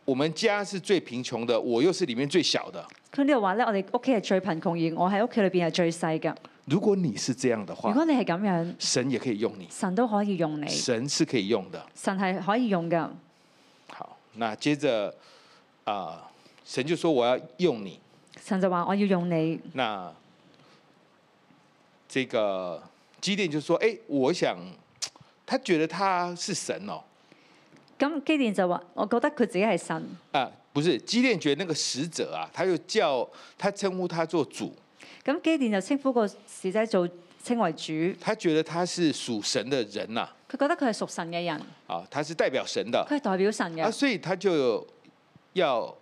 Speaker 2: 我们家是最贫穷的，我又是里面最小的。
Speaker 3: 佢呢度話咧，我哋屋企係最貧窮，而我喺屋企裏邊係最細㗎。
Speaker 2: 如果你是这样的
Speaker 3: 如
Speaker 2: 话，
Speaker 3: 果你哎係咁樣，
Speaker 2: 神也可以用你，
Speaker 3: 神都可以用你，
Speaker 2: 神是可以用的。
Speaker 3: 神係可以用㗎。
Speaker 2: 好，那接着啊、神就说我要用你。
Speaker 3: 神就話：我要用你。
Speaker 2: 那这个基甸就说：“哎、我想，他觉得他是神哦，
Speaker 3: 咁基甸就話：我覺得佢自己係神。
Speaker 2: 啊、不是基甸觉得那个使者啊，他又叫他称呼他做主，
Speaker 3: 咁基甸就稱呼個使仔做稱為主，
Speaker 2: 他觉得他是属神的人呐、
Speaker 3: 佢覺得佢係屬神嘅人，
Speaker 2: 啊，他是代表神的
Speaker 3: 佢係代表神
Speaker 2: 啊，
Speaker 3: 嘅。
Speaker 2: 所以他就要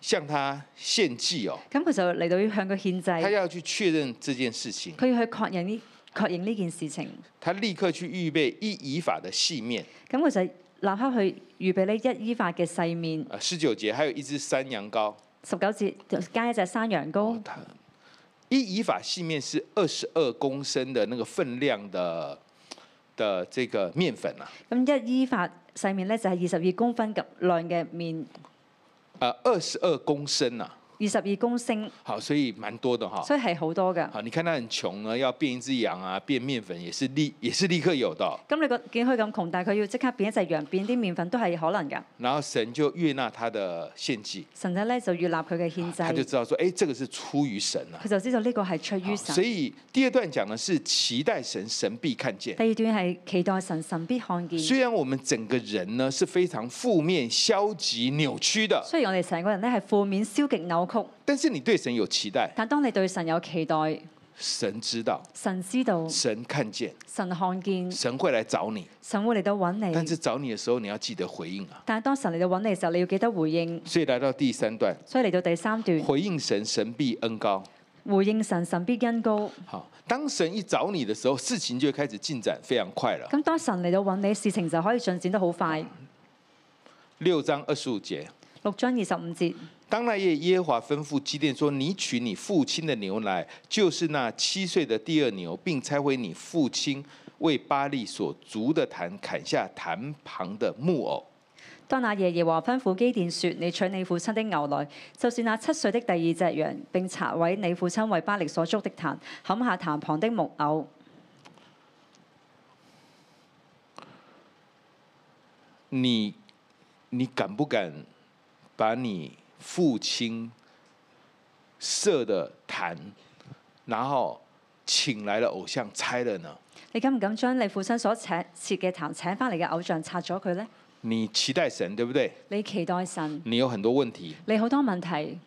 Speaker 2: 向他献祭哦，
Speaker 3: 咁佢就嚟到要向佢獻
Speaker 2: 他
Speaker 3: 祭，
Speaker 2: 要去确认这件事情。”
Speaker 3: 佢要去確認呢確認呢件事情。
Speaker 2: 他立刻去预备一以法的细面，
Speaker 3: 咁佢就立刻去預備呢一衣法嘅細面，
Speaker 2: 呃，十九节还有一只山羊羔。
Speaker 3: 十九節就加一隻山羊羔
Speaker 2: 哦，。他一以法细面是二十二公升的那个分量的的这个面粉啊，
Speaker 3: 咁一衣法細面咧就係二十二公分及量嘅面，
Speaker 2: 呃，二十二公升啊，
Speaker 3: 二十二公升，
Speaker 2: 好，所以蛮多的哈。
Speaker 3: 所以係好多㗎。
Speaker 2: 好，你看他很穷呢，要变一只羊啊，变面粉也是立也是立刻有的哦、
Speaker 3: 咁你個見佢咁窮，但係佢要即刻變一隻羊，變啲麵粉都係可能㗎。
Speaker 2: 然后神就悦纳他的献祭，
Speaker 3: 神仔咧就要立佢嘅獻
Speaker 2: 他就
Speaker 3: 祭，
Speaker 2: 知道说，哎，这个是出于神啊
Speaker 3: 佢。就知道呢個係出於
Speaker 2: 好
Speaker 3: 神
Speaker 2: 啊所。以第二段讲的是期待神，神必看见。
Speaker 3: 第二段係期待神，神必看見。
Speaker 2: 虽然我们整个人呢是非常负面、消极、扭曲的，
Speaker 3: 雖然我哋成個人咧係負面、消極、扭曲，
Speaker 2: 但是你对神有期待，
Speaker 3: 但當你對神有期待，
Speaker 2: 神知道，
Speaker 3: 神知道、
Speaker 2: 神看见，
Speaker 3: 神看見、
Speaker 2: 神会来找你。
Speaker 3: 神會嚟到揾
Speaker 2: 但
Speaker 3: 你。
Speaker 2: 是找你的时候，你要記得回应啊。
Speaker 3: 但係當神嚟到揾你嘅時候，你要記得回應。
Speaker 2: 所以来到第三段，
Speaker 3: 所以嚟到第三段，
Speaker 2: 回应神，神必恩高。
Speaker 3: 回應神，神必恩高。
Speaker 2: 好，当神一找你的时候，事情就会开始进展非常快了。
Speaker 3: 咁當神嚟到揾你，事情就可以進展得好快。
Speaker 2: 六章二十五节，
Speaker 3: 六章二十五節，
Speaker 2: 当那夜耶和华吩咐基甸说：“你取你父亲的牛来，就是那七岁的第二牛，并拆毁你父亲为巴利所筑的坛，砍下坛旁的木偶。
Speaker 3: 當那夜耶和華吩咐基甸說：你取你父親的牛來，就是那七歲的第二隻羊，並拆毀你父親為巴力所築的壇，砍下壇旁的木偶。
Speaker 2: 你，你敢不敢把你父亲设的坛，然后请来了偶像拆了呢？
Speaker 3: 你敢唔敢將你父親所請設嘅壇請翻嚟嘅偶像拆咗佢呢？
Speaker 2: 你期待神对不对？
Speaker 3: 你期待神，
Speaker 2: 你有很多问题，
Speaker 3: 你好多問題，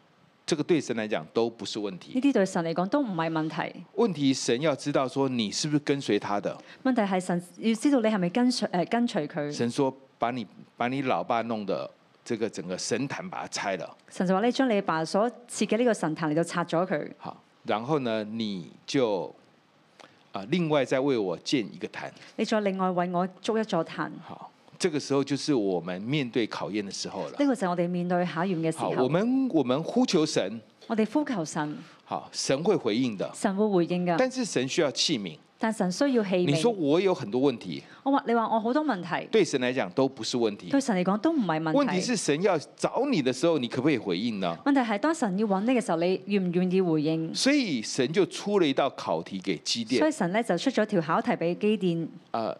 Speaker 2: 这個对神来讲都不是问
Speaker 3: 呢
Speaker 2: 题。
Speaker 3: 啲對神嚟講都唔係問題。
Speaker 2: 问题神要知道说你是不是跟随他的。
Speaker 3: 問題
Speaker 2: 嗯
Speaker 3: 係神要知道你係咪跟隨誒、呃跟隨佢。
Speaker 2: 神说：“把你把你老爸弄得这个整个神坛把它拆了。
Speaker 3: 神就話：你將你爸所設嘅呢個神壇嚟到拆咗佢，
Speaker 2: 好，然后呢，你就啊、另外再为我建一个坛。
Speaker 3: 你再另外為我築一座壇。呢、
Speaker 2: 好，这个时候就是我们面对考验的时候了。
Speaker 3: 個就係我哋面對考驗嘅時
Speaker 2: 好，我
Speaker 3: 候，
Speaker 2: 们我们呼求神，
Speaker 3: 我哋呼求神，
Speaker 2: 好，神会回应的。
Speaker 3: 神會回應㗎。
Speaker 2: 但是神需要器皿。
Speaker 3: 但神需要器
Speaker 2: 你说
Speaker 3: 皿。
Speaker 2: 我有很多问题，
Speaker 3: 我話你話我好多問題，
Speaker 2: 对神来讲都不是问题。
Speaker 3: 對神嚟講都唔係問
Speaker 2: 问
Speaker 3: 題
Speaker 2: 题。是神要找你的时候，你可不可以回應呢？
Speaker 3: 問題係當神要揾你嘅時候，你願唔願意回應？
Speaker 2: 所以神就出了一道考题给基
Speaker 3: 所以
Speaker 2: 甸，
Speaker 3: 神咧就出咗條考題俾基甸，
Speaker 2: 呃，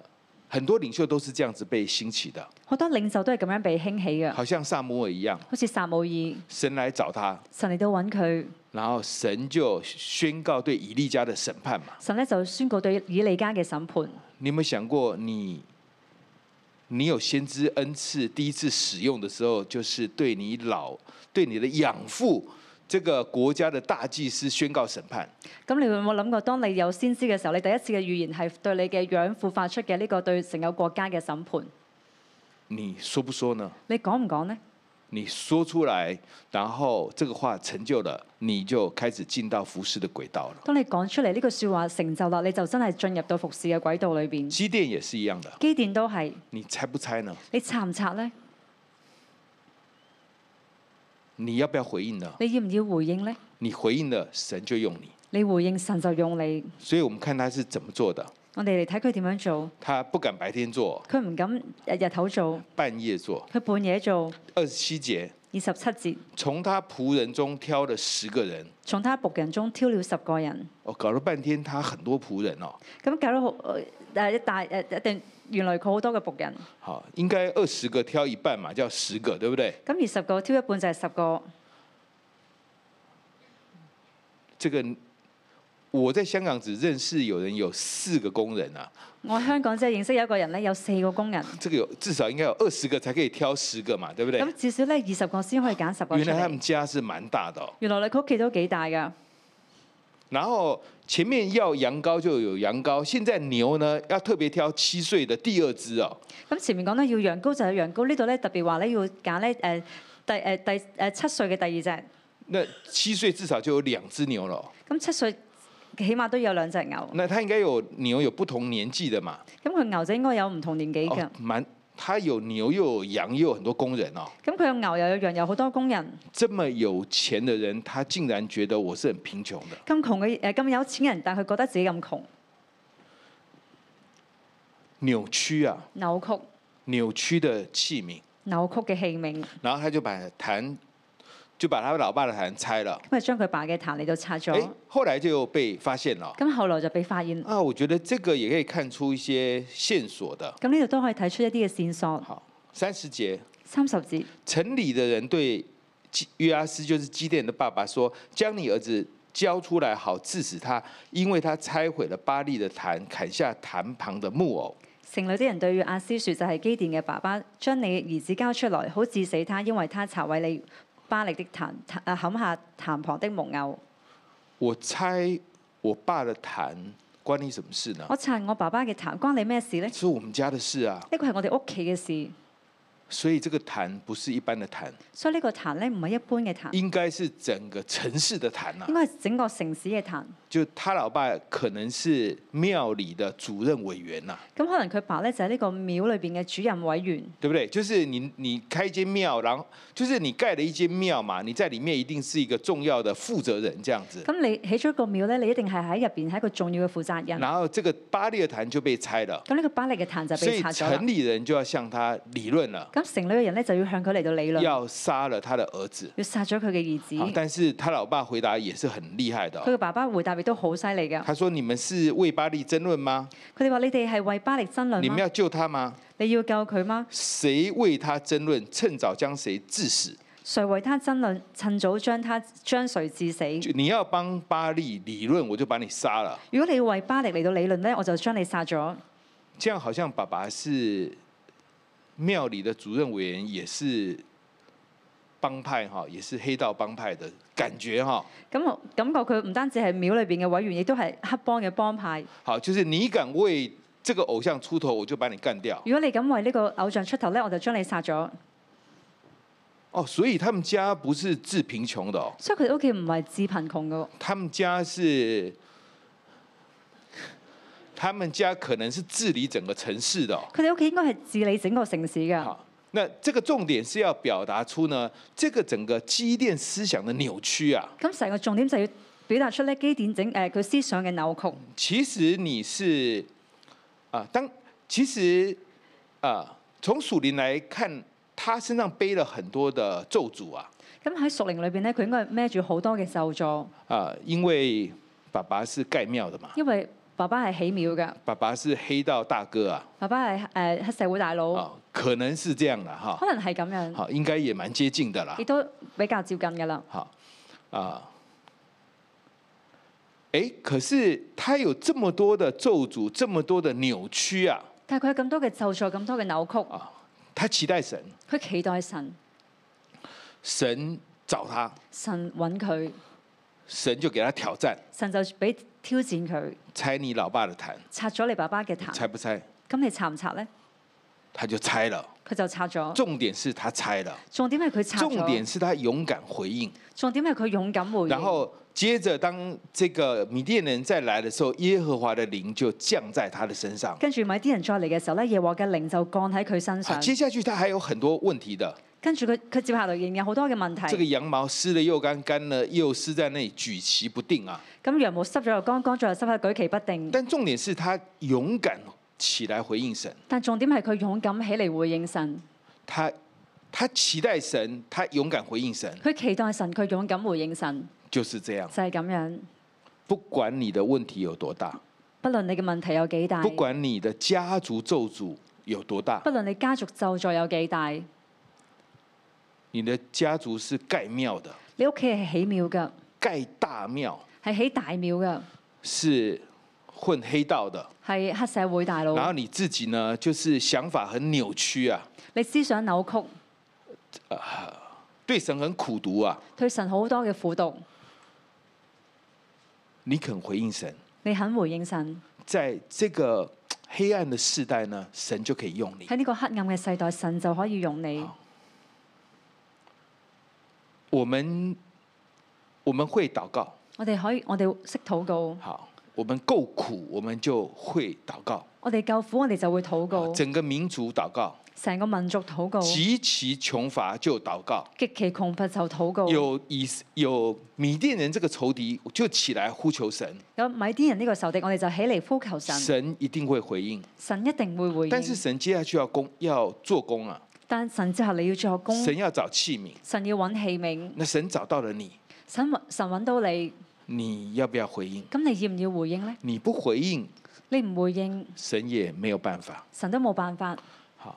Speaker 2: 很多领袖都是这樣子被兴起的，
Speaker 3: 好多領袖都係咁樣被興起嘅，
Speaker 2: 好像萨摩尔一樣，
Speaker 3: 好似撒姆耳，
Speaker 2: 神来找他，
Speaker 3: 神嚟到揾佢，
Speaker 2: 然后神就宣告对以利家的审判嘛。
Speaker 3: 神咧就宣告對以利家嘅審判。
Speaker 2: 你有没有想过你？你有先知恩赐，第一次使用的时候，就是对你老、对你的养父这个国家的大祭司宣告审判。
Speaker 3: 咁你會唔會諗過，當你有先知嘅時候，你第一次嘅預言係對你嘅養父發出嘅呢個對成個國家嘅審判？
Speaker 2: 你说不说呢？
Speaker 3: 你講唔講呢？
Speaker 2: 你说出来，然后这个话成就了，你就开始进到服侍的轨道了。
Speaker 3: 當你講出嚟呢句説話成就啦，你就真係進入到服侍嘅軌道裏邊。
Speaker 2: 基甸也是一样的，
Speaker 3: 基甸都係，
Speaker 2: 你猜不猜呢？
Speaker 3: 你拆唔拆呢？
Speaker 2: 你要不要回应呢？
Speaker 3: 你要唔要回應呢？
Speaker 2: 你回应了，神就用你。
Speaker 3: 你回應神就用你。
Speaker 2: 所以我们看他是怎么做的，
Speaker 3: 我哋嚟睇佢點樣做，
Speaker 2: 他不敢白天做，
Speaker 3: 佢唔敢日日頭做，
Speaker 2: 半夜做。
Speaker 3: 佢半夜做。
Speaker 2: 二十七节，
Speaker 3: 二十七節，
Speaker 2: 从他仆人中挑了十个人，
Speaker 3: 從他仆人中挑了十個人。
Speaker 2: 哦，搞了半天他很多仆人哦，
Speaker 3: 咁搞到好呃誒一大誒一定，原來佢好多嘅仆人。
Speaker 2: 好，应该二十个挑一半嘛，叫十个，对不对？
Speaker 3: 咁二十個挑一半就係十個。
Speaker 2: 这个我在香港只认识有人有四个工人啊，
Speaker 3: 我喺香港即係認識有一個人咧，有四個工人，
Speaker 2: 这个有至少应该有二十个才可以挑十个嘛，对不对？
Speaker 3: 咁至少咧二十個先可以揀十個出
Speaker 2: 原来他们
Speaker 3: 嚟。
Speaker 2: 家是蛮大的、哦，
Speaker 3: 原來你佢屋企都幾大㗎，
Speaker 2: 然后前面要羊羔就有羊羔，现在牛呢要特别挑七岁的第二只哦，
Speaker 3: 咁前面講咧要羊羔就係羊羔，呢度咧特別話咧要揀咧誒第誒第誒七歲嘅第二隻，
Speaker 2: 那七岁至少就有两只牛了哦，
Speaker 3: 咁七歲起碼都有兩隻牛，
Speaker 2: 那他应该有牛有不同年纪的嘛，
Speaker 3: 咁佢牛仔應該有唔同年紀㗎
Speaker 2: 哦，，蛮他有牛又有羊又有很多工人哦，
Speaker 3: 咁佢有牛又有羊，有好多工人，
Speaker 2: 这么有钱的人，他竟然觉得我是很贫穷的，
Speaker 3: 咁窮嘅呃誒咁有錢人，但係佢覺得自己咁窮，
Speaker 2: 扭曲啊，
Speaker 3: 扭曲
Speaker 2: 扭曲的器皿。
Speaker 3: 扭曲嘅器皿，
Speaker 2: 然后他就把坛，就把他老爸的坛拆了。
Speaker 3: 咁啊將佢爸嘅壇嚟到拆咗
Speaker 2: 哎，，后来就被发现了。
Speaker 3: 咁後來就被發現，
Speaker 2: 啊，我觉得这个也可以看出一些线索的。
Speaker 3: 咁呢度都可以睇出一啲嘅線索。
Speaker 2: 好，三十节，
Speaker 3: 三十節。
Speaker 2: 城里的人对基约阿斯，就是基甸的爸爸说：“将你儿子交出来，好治死他，因为他拆毁了巴利的坛，砍下坛旁的木偶。
Speaker 3: 城裏啲人對阿斯説就係基甸嘅爸爸，將你兒子交出來，好致死他，因為他拆毀你巴力的壇，啊冚下壇旁的木偶。
Speaker 2: 我拆我爸的坛，关你什么事呢？
Speaker 3: 我拆我爸爸嘅壇，關你咩事呢？
Speaker 2: 是我们家的事啊。
Speaker 3: 呢個係我哋屋企嘅事，
Speaker 2: 所以这个坛不是一般的坛。”
Speaker 3: 所以呢個壇呢，唔係一般嘅壇，
Speaker 2: 应该是整个城市的坛啊呐、
Speaker 3: 應該係整個城市嘅壇。
Speaker 2: 就他老爸可能是庙里的主任委员呐、
Speaker 3: 咁可能佢爸呢，就係呢個廟裏邊嘅主任委員。
Speaker 2: 对不对？就是你你开一间庙，然后就是你盖了一间庙嘛，你在里面一定是一个重要的负责人这样子。
Speaker 3: 咁你起咗一個廟呢，你一定係喺入邊係一個重要嘅負責人。
Speaker 2: 然后这个巴利的坛就被拆了，
Speaker 3: 咁呢個巴力嘅壇就
Speaker 2: 所
Speaker 3: 被
Speaker 2: 以
Speaker 3: 拆咗啦
Speaker 2: 城。里人就要向他理论了，
Speaker 3: 咁城裏嘅人呢，就要向佢嚟到理論，
Speaker 2: 要杀了他的儿子。
Speaker 3: 要殺咗佢嘅兒
Speaker 2: 好，
Speaker 3: 子。
Speaker 2: 但是他老爸回答也是很厉害的哦、
Speaker 3: 佢嘅爸爸回答亦都好犀利㗎。
Speaker 2: 他说：“你们是为巴利争论吗？
Speaker 3: 佢哋話：你哋係為巴力爭
Speaker 2: 你
Speaker 3: 論
Speaker 2: 们
Speaker 3: 嗎？
Speaker 2: 要救他吗？
Speaker 3: 你要救佢嗎？
Speaker 2: 谁为他争论，趁早将谁治死。”
Speaker 3: 誰為他爭論？趁早將他將誰致死？
Speaker 2: 就你要帮巴利理论，我就把你杀了。
Speaker 3: 如果你要為巴力嚟到理論呢，我就將你殺咗。
Speaker 2: 这样好像爸爸是庙里的主任委员，也是帮派哈，也是黑道帮派的感觉哈。
Speaker 3: 咁我感覺佢唔單止係廟裏邊嘅委員，亦都係黑幫嘅幫派。
Speaker 2: 好，就是你敢为这个偶像出头，我就把你干掉。
Speaker 3: 如果你敢為呢個偶像出頭呢，我就將你殺咗。
Speaker 2: 哦，所以他们家不是致贫穷的哦，
Speaker 3: 所以佢哋屋企唔係致貧窮嘅喎，
Speaker 2: 他们家是，他们家可能是治理整个城市的哦。
Speaker 3: 佢哋屋企應該係治理整個城市㗎。
Speaker 2: 好，那这个重点是要表达出呢，这个整个基甸思想的扭曲啊。
Speaker 3: 咁成個重點就要表達出咧基甸整誒佢、思想嘅扭曲。
Speaker 2: 其实你是啊，当其实啊，从属灵来看，他身上背了很多的咒诅啊
Speaker 3: 咁喺屬靈裏邊咧，佢應該係孭住好多嘅咒助，
Speaker 2: 啊，因为爸爸是盖庙的嘛，
Speaker 3: 因為爸爸係起廟㗎，
Speaker 2: 爸爸是黑道大哥啊，
Speaker 3: 爸爸係誒、呃黑社會大佬，
Speaker 2: 啊，可能是这样的哈，
Speaker 3: 可能係咁樣，
Speaker 2: 好，应该也蛮接近的啦
Speaker 3: 亦，都比較接近㗎啦。
Speaker 2: 好啊。哎，可是他有这么多的咒诅，这么多的扭曲啊！
Speaker 3: 但係佢有咁多嘅咒助，咁多嘅扭曲，
Speaker 2: 他期待神，
Speaker 3: 佢期待神，
Speaker 2: 神找他，
Speaker 3: 神揾佢，
Speaker 2: 神就给他挑戰，
Speaker 3: 神就俾挑戰佢，
Speaker 2: 拆你老爸的壇，
Speaker 3: 拆咗你爸爸嘅
Speaker 2: 拆
Speaker 3: 壇。
Speaker 2: 不拆？
Speaker 3: 咁你拆唔拆咧？
Speaker 2: 他就拆了。
Speaker 3: 佢就拆咗。
Speaker 2: 重點是他拆了，
Speaker 3: 重點係佢拆咗。
Speaker 2: 重點啊是他勇敢回應。
Speaker 3: 重點係佢勇敢回應。
Speaker 2: 然後接着，當這個米甸人再來的時候，耶和華的靈就降在他的身上。
Speaker 3: 跟住米甸人再嚟嘅時候咧，耶和華嘅靈就降喺佢身
Speaker 2: 啊
Speaker 3: 上。
Speaker 2: 接下去他還有很多問題的。
Speaker 3: 跟住佢佢接下來仍有好多嘅問題。
Speaker 2: 這個羊毛濕了又乾，乾了又濕，在那裡舉棋不定啊。
Speaker 3: 咁羊毛濕咗又乾，乾咗又濕，舉棋不定。
Speaker 2: 但重點是他勇敢起來回應神，
Speaker 3: 但重點係佢勇敢起嚟回應神，
Speaker 2: 他他期待神，他勇敢回應神，
Speaker 3: 佢期待神，佢勇敢回應神，
Speaker 2: 就是這樣
Speaker 3: 就。係、咁樣。
Speaker 2: 不管你的問題有多大，
Speaker 3: 不論你嘅問題有幾大，
Speaker 2: 不
Speaker 3: 不
Speaker 2: 管你的家族咒诅有多大，
Speaker 3: 論你家族咒助有幾大，你
Speaker 2: 你的家族是盖庙的，
Speaker 3: 屋企係起廟㗎，
Speaker 2: 盖大庙
Speaker 3: 係起大廟㗎，
Speaker 2: 是混黑道的，
Speaker 3: 係黑社會大
Speaker 2: 然後
Speaker 3: 佬。
Speaker 2: 你自己呢，就是想法很扭曲啊，
Speaker 3: 你思想扭曲，
Speaker 2: 对神很苦毒啊，
Speaker 3: 對神好多嘅苦毒，
Speaker 2: 你肯回應神，
Speaker 3: 你肯回應神，
Speaker 2: 在这个嘖黑暗的世代呢，神就可以用你。
Speaker 3: 喺呢個黑暗嘅世代，神就可以用你。
Speaker 2: 啊我们我们会禱告，
Speaker 3: 我哋可以，我哋識禱告，
Speaker 2: 好，我们夠苦，我們就會禱告，
Speaker 3: 我哋救苦，我哋就會禱告，
Speaker 2: 整個民族禱告，
Speaker 3: 成個民族禱告，
Speaker 2: 極
Speaker 3: 極
Speaker 2: 其窮乏就禱告。
Speaker 3: 其窮乏就禱告。
Speaker 2: 有以有米甸人这个仇敌就起來呼求神，
Speaker 3: 有米甸人呢個仇敵，我哋就起嚟呼求神，
Speaker 2: 神一定會回應。
Speaker 3: 神一定會回
Speaker 2: 但是
Speaker 3: 應。
Speaker 2: 神接下去要工要做工啊，
Speaker 3: 但神之後你要作工，
Speaker 2: 神要找器皿，
Speaker 3: 神要揾器皿，
Speaker 2: 那神找到了你，
Speaker 3: 神揾神揾到你，
Speaker 2: 你要不要回應？
Speaker 3: 咁你要唔要回應呢？
Speaker 2: 你不回應，
Speaker 3: 你唔回應，
Speaker 2: 神也沒有辦法。
Speaker 3: 神都冇辦法。
Speaker 2: 好，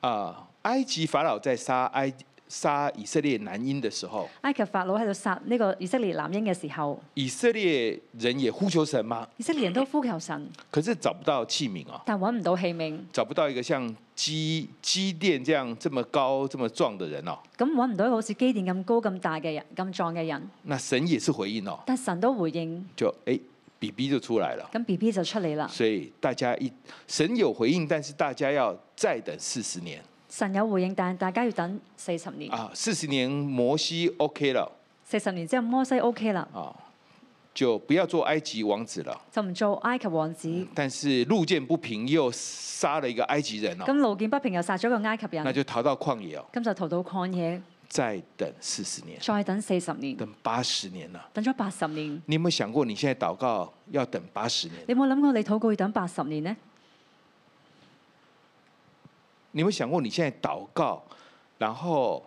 Speaker 2: 啊、埃及法老在杀埃杀以色列男婴的时候，
Speaker 3: 埃及法老喺度殺呢個以色列男嬰嘅時候，
Speaker 2: 以色列人也呼求神吗？
Speaker 3: 以色列人都呼求神，
Speaker 2: 可是找不到器皿哦。
Speaker 3: 但揾唔到器皿，
Speaker 2: 找不到一个像基基甸这样这么高这么壮的人哦。
Speaker 3: 咁揾唔到好似基甸咁高咁大嘅人、咁壯嘅人，
Speaker 2: 那神也是回應哦，
Speaker 3: 但神都回應，
Speaker 2: 就哎，B B 就出来了。
Speaker 3: 咁 B B 就出嚟啦。
Speaker 2: 所以大家一神有回應，但是大家要再等四十年
Speaker 3: 神有回應，但係大家要等四十年。
Speaker 2: 啊，四十年摩西 OK 了
Speaker 3: 四十年之後，摩西 O K 啦，
Speaker 2: 啊，就不要做埃及王子了。
Speaker 3: 就唔做埃及王子。
Speaker 2: 但是路见不平又杀了一个埃及人
Speaker 3: 咁
Speaker 2: 哦，
Speaker 3: 路見不平又殺咗個埃及
Speaker 2: 那
Speaker 3: 人，
Speaker 2: 就逃到旷野哦，
Speaker 3: 咁就逃到曠野，
Speaker 2: 再等四十年，
Speaker 3: 再等四十年，
Speaker 2: 等八十年了。
Speaker 3: 等咗八十年。
Speaker 2: 你有没有想過你現在禱告要等八十年？
Speaker 3: 你有冇諗過你禱告要等八十年呢？
Speaker 2: 你有没有想过，你现在祷告，然后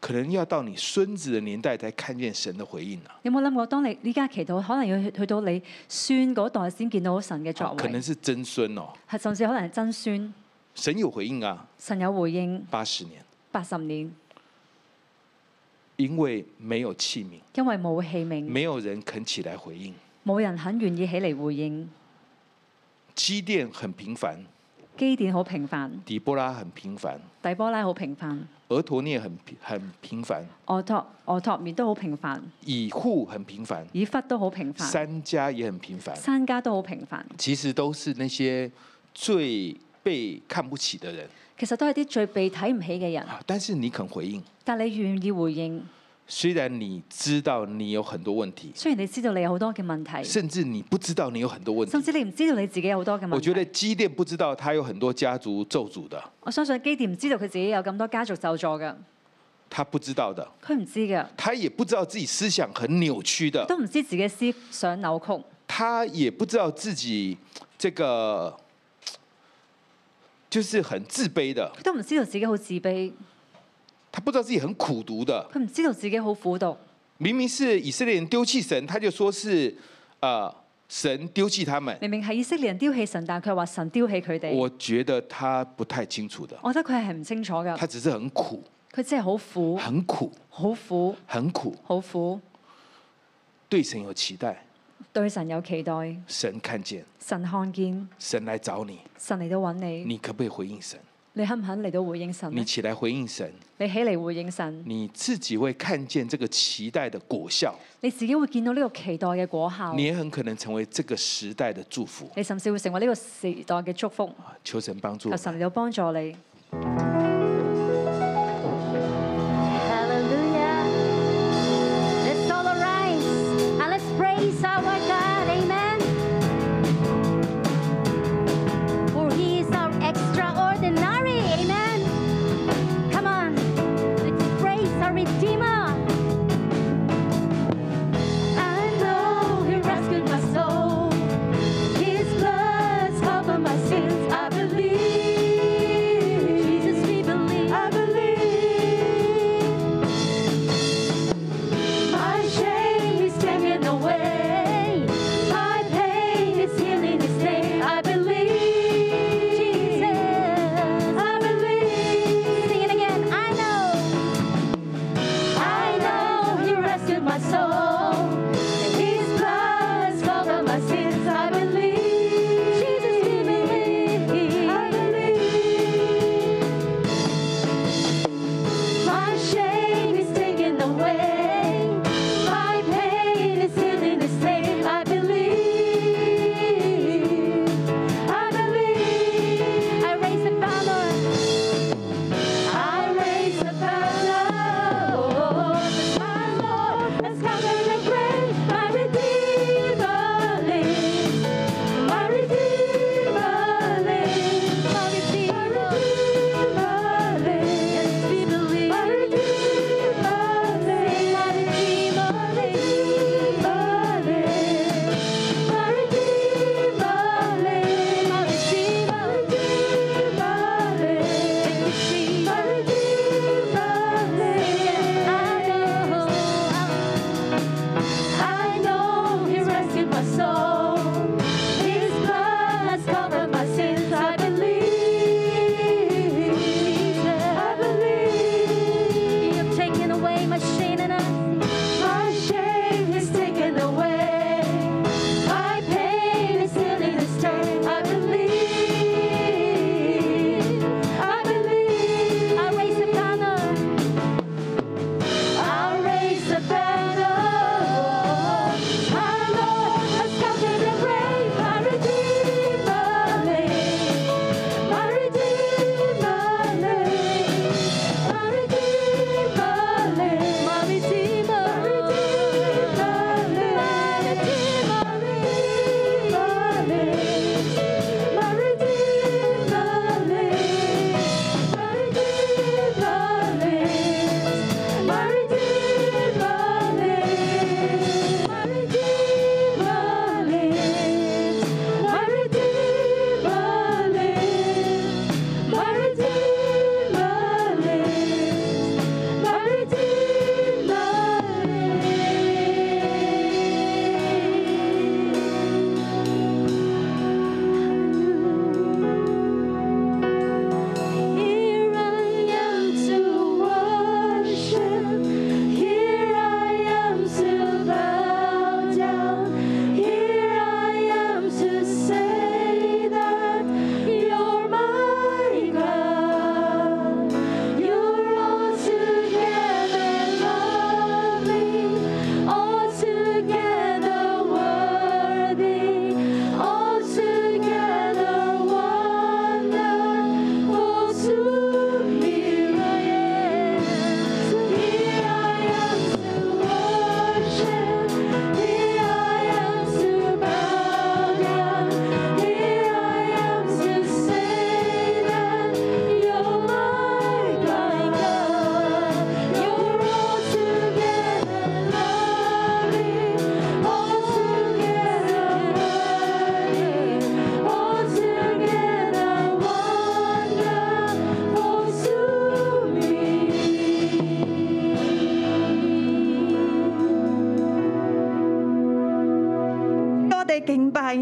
Speaker 2: 可能要到你孙子的年代才看见神的回应啊？
Speaker 3: 有冇諗過當你呢家祈禱，可能要去去到你孫嗰代先見到神嘅作
Speaker 2: 啊可能
Speaker 3: 為，
Speaker 2: 是曾孙哦，
Speaker 3: 係甚至可能係真孫。
Speaker 2: 神有回应啊，
Speaker 3: 神有回應
Speaker 2: 八十年，
Speaker 3: 八十年，
Speaker 2: 因为没有器皿，
Speaker 3: 因為冇器皿，
Speaker 2: 没有人肯起来回应。
Speaker 3: 冇人肯願意起嚟回應。
Speaker 2: 基甸很平凡，
Speaker 3: 基甸好平凡，
Speaker 2: 底波拉很平凡，
Speaker 3: 底波拉好平凡，
Speaker 2: 俄陀涅很平很平凡，
Speaker 3: 俄托俄托面都好平凡，
Speaker 2: 以户很平凡，
Speaker 3: 以弗都好平凡。
Speaker 2: 三家也很平凡，
Speaker 3: 山家都好平凡，
Speaker 2: 其实都是那些最被看不起的人
Speaker 3: 其實都係啲最被睇唔起嘅人。
Speaker 2: 啊，但是你肯回應，
Speaker 3: 但你願意回應，
Speaker 2: 虽然你知道你有很多問題，
Speaker 3: 雖然你知道你有好多嘅問題，
Speaker 2: 甚至你不知道你有很多問
Speaker 3: 甚
Speaker 2: 題。
Speaker 3: 至你唔知道你自己有好多嘅問題。
Speaker 2: 我覺得基甸不知道他有很多家族咒诅的，
Speaker 3: 我相信基甸唔知道佢自己有咁多家族咒詛嘅，
Speaker 2: 他不知道的，
Speaker 3: 佢唔知嘅，
Speaker 2: 他也不知道自己思想很扭曲的，
Speaker 3: 都唔知自己思想扭曲，
Speaker 2: 他也不知道自己这个就是很自卑的，
Speaker 3: 佢都唔知道自己好自卑，
Speaker 2: 他不知道自己很苦读的。
Speaker 3: 佢唔知道自己好苦毒。
Speaker 2: 明明是以色列人丢弃神，他就说是呃神丢弃他们。
Speaker 3: 明明係以色列人丟棄神，但係佢話神丟棄佢哋。
Speaker 2: 我覺得他不太清楚的，
Speaker 3: 我覺得佢係唔清楚㗎，
Speaker 2: 他只是很苦，
Speaker 3: 佢真係好苦，
Speaker 2: 很苦，
Speaker 3: 好苦，
Speaker 2: 很苦，
Speaker 3: 好苦，
Speaker 2: 对神有期待，
Speaker 3: 對神有期待，
Speaker 2: 神看见，
Speaker 3: 神看見，
Speaker 2: 神来找你，
Speaker 3: 神嚟到揾你，
Speaker 2: 你可不可以回应神？
Speaker 3: 你肯唔肯嚟到回應神呢
Speaker 2: 你起来回应神，
Speaker 3: 你起嚟回應神，
Speaker 2: 你自己会看見這個期待的果效，
Speaker 3: 你自己會見到呢個期待嘅果效
Speaker 2: 你，也很可能成為這個時代的祝福。
Speaker 3: 你甚至會成為呢個時代嘅祝福。
Speaker 2: 啊求神帮助我
Speaker 3: 求
Speaker 2: 们。
Speaker 3: 神嚟到幫助你。
Speaker 4: Hallelujah. Let's all arise and let's praise our God. Amen. For He is our extraordinary. Amen. Come on. Let's praise our Redeemer. I know He rescued my soul. His blood's covered my sins. I believe Jesus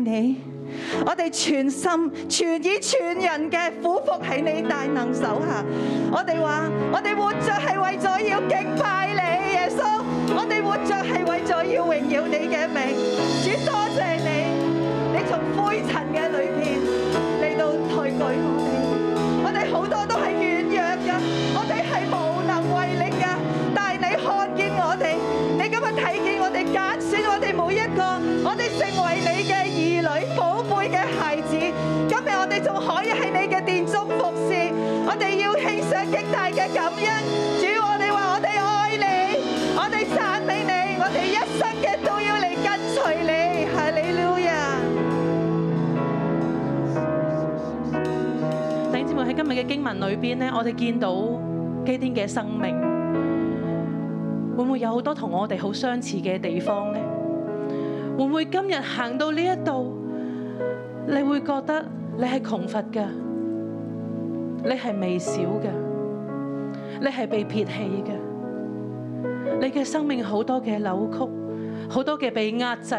Speaker 5: 你，我哋全心、全意、全人嘅俯伏喺你大能手下。我哋話：我哋活着係為咗要敬拜你，耶穌。我哋活着係為咗要榮耀你嘅名。主多謝你，你從灰塵嘅裏邊嚟到抬舉我哋。我哋好多都係軟弱噶，我哋係無能為力噶。但係你看見我哋，你今日睇見我哋揀選我哋每一個，我哋成為你嘅兒女、寶貝嘅孩子。今日我哋仲可以喺你嘅殿中服侍，我哋要獻上極大嘅感恩。主，我哋話我哋愛你，我哋讚美你，我哋一生嘅都要嚟跟隨你。哈利路亞！
Speaker 6: 弟兄姊妹喺今日嘅經文裏邊咧，我哋見到基甸嘅生命，會唔會有好多同我哋好相似嘅地方呢？會唔會今日行到呢一度，你會覺得你係窮乏嘅，你係微小嘅，你係被撇棄嘅，你嘅生命好多嘅扭曲，好多嘅被壓制，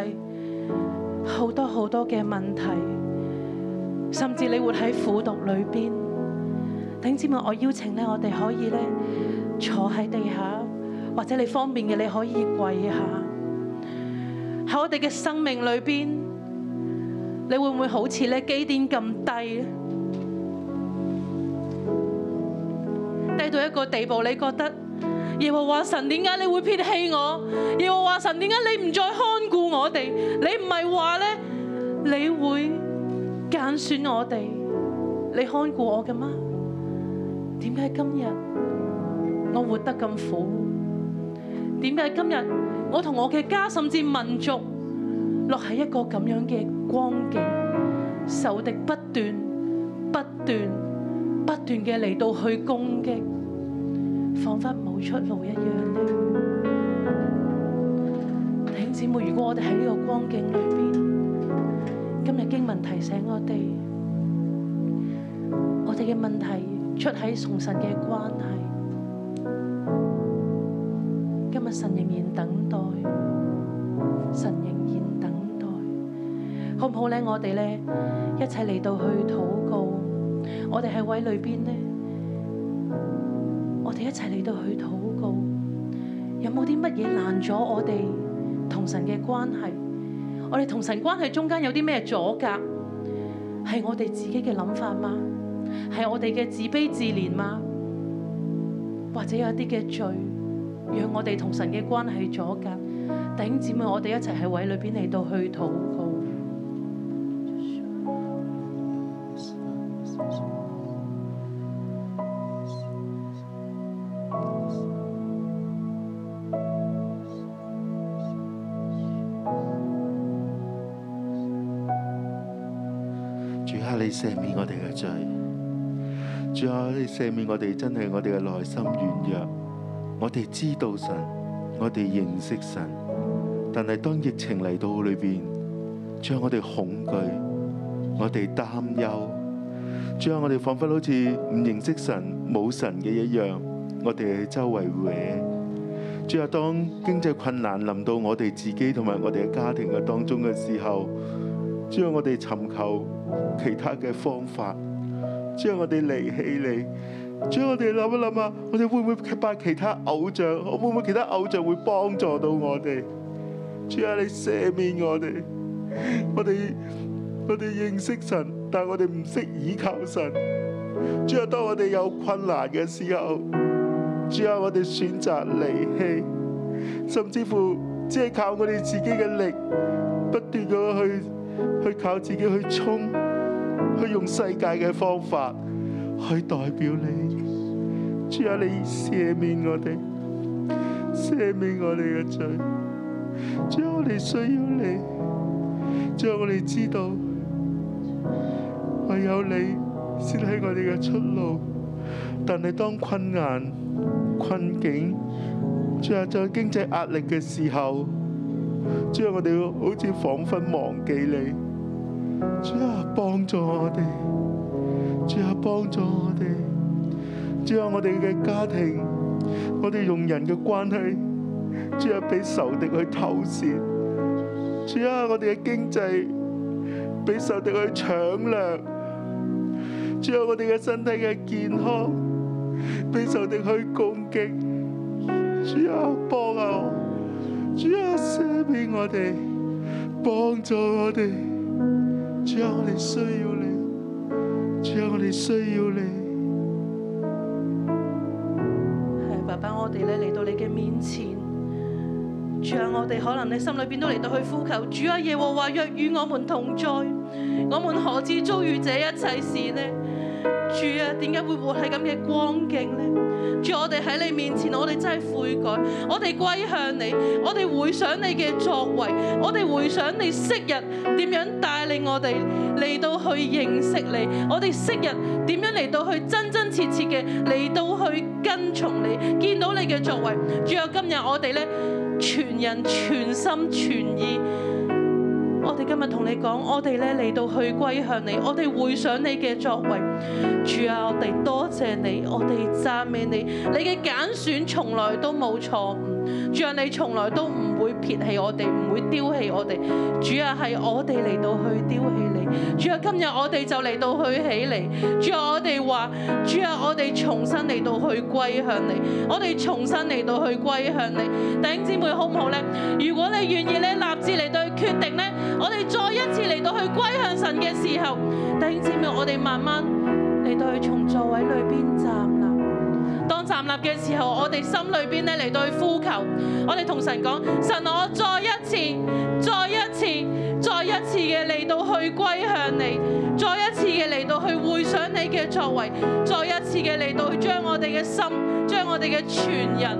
Speaker 6: 好多好多嘅問題。甚至你活喺苦毒裏邊。弟兄姊妹，我邀請咧，我哋可以咧坐喺地下，或者你方便嘅，你可以跪下。喺我哋嘅生命裏邊，你會唔會好似咧基甸咁低咧？低到一個地步，你覺得耶和華神點解你會撇棄我？耶和華神點解你唔再看顧我哋？你唔係話咧，你會？揀選我哋，你看顧我嘅嗎？點解今日我活得咁苦？點解今日我同我嘅家甚至民族落喺一個咁樣嘅光景？仇敵不斷、不斷、不斷嘅嚟到去攻擊，彷彿冇出路一樣咧。弟兄姊妹，如果我哋喺呢個光景裏邊，今日經文提醒我哋，我哋嘅問題出喺同神嘅關係。今日神仍然等待，神仍然等待，好唔好咧？我哋咧一齊嚟到去禱告，我哋喺位裏邊咧，我哋一齊嚟到去禱告，有冇啲乜嘢攔咗我哋同神嘅關係？我哋同神關係中間有啲咩阻隔？係我哋自己嘅諗法嗎？係我哋嘅自卑自憐嗎？或者有一啲嘅罪，讓我哋同神嘅關係阻隔？弟兄姊妹，我哋一齊喺位裏邊嚟到去禱告。
Speaker 7: 主啊，你赦免我哋嘅罪。主啊，你赦免我哋，真係我哋嘅內心軟弱。我哋知道神，我哋認識神，但係當疫情嚟到裏邊，主啊，我哋恐懼，我哋擔憂。主啊，我哋彷彿好似唔認識神、冇神嘅一樣，我哋周圍搲。主啊，當經濟困難臨到我哋自己同埋我哋嘅家庭嘅當中嘅時候，主啊，我哋尋求其他嘅方法，將我哋離棄你，將我哋諗一諗啊，我哋會唔會拜其他偶像？會唔會其他偶像會幫助到我哋？主啊，你赦免我哋，我哋我哋認識神，但係我哋唔識倚靠神。主啊，當我哋有困難嘅時候，主啊，我哋選擇離棄，甚至乎只係靠我哋自己嘅力，不斷咁去。去靠自己去衝，去用世界嘅方法去代表你。主啊，你赦免我哋，赦免我哋嘅罪。主啊，我哋需要你。主啊，我哋知道唯有你先係我哋嘅出路。但係當困難、困境，主啊，在經濟壓力嘅時候。主啊，我哋好似彷彿忘記你。主啊，幫助我哋。主啊，幫助我哋。主啊，我哋嘅家庭，我哋用人嘅關係，主啊，俾仇敵去偷竊。主啊，我哋嘅經濟，俾仇敵去搶掠。主啊，我哋嘅身體嘅健康俾仇敵去攻擊。主啊，幫下我！主啊，赦免我哋，幫助我哋。主啊，我哋需要你。主啊，我哋需要你。
Speaker 6: 係爸爸，我哋咧嚟到你嘅面前，主啊，我哋可能你心裏邊都嚟到去呼求，主啊，耶和華若與我們同在，我們何至遭遇這一切事呢？主啊，點解會活喺咁嘅光景呢？主啊，我哋喺你面前，我哋真係悔改，我哋歸向你，我哋回想你嘅作為，我哋回想你昔日點樣帶領我哋嚟到去認識你，我哋昔日點樣嚟到去真真切切嘅嚟到去跟從你，見到你嘅作為。主啊，今日我哋咧全人全心全意。我哋今日同你講，我哋咧嚟到去歸向你，我哋回想你嘅作為，主啊，我哋多謝你，我哋讚美你，你嘅揀選從來都冇錯誤，主啊，你從來都唔會撇棄我哋，唔會丟棄我哋，主啊，係我哋嚟到去丟棄你，主啊，今日我哋就嚟到去起嚟，主啊，我哋話，主啊，我哋重新嚟到去歸向你，我哋重新嚟到去歸向你，弟兄姊妹好唔好咧？如果你願意咧，立志嚟到去決定咧。我哋再一次嚟到去歸向神嘅時候，弟兄姊妹，我哋慢慢嚟到去從座位裏邊站立。當站立嘅時候，我哋心裏邊咧嚟到去呼求，我哋同神講：神，我再一次、再一次、再一次嘅嚟到去歸向你，再一次嘅嚟到去回想你嘅作為，再一次嘅嚟到去將我哋嘅心、將我哋嘅全人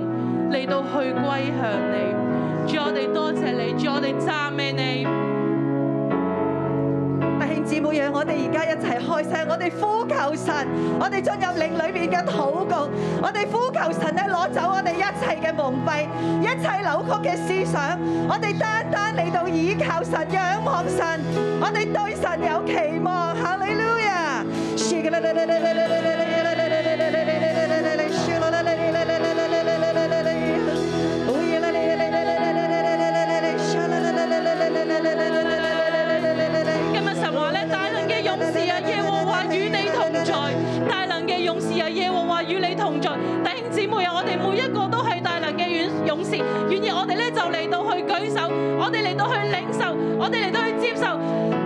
Speaker 6: 嚟到去歸向你。主，我哋多謝你，主，我哋讚美你。
Speaker 5: 弟兄姊妹，讓我哋而家一齊開聲，我哋呼求神，我哋進入靈裏面嘅禱告，我哋呼求神咧攞走我哋一切嘅蒙蔽，一切扭曲嘅思想，我哋單單嚟到倚靠神、仰望神，我哋對神有期望。哈利路亞！
Speaker 6: 今日神話咧，大能嘅勇士啊，耶和華與你同在；大能嘅勇士啊，啊耶和華與你同在。弟兄姊妹啊，我哋每一個都係大能嘅勇勇士，願意我哋咧就嚟到去舉手，我哋嚟到去領受，我哋嚟到去接受。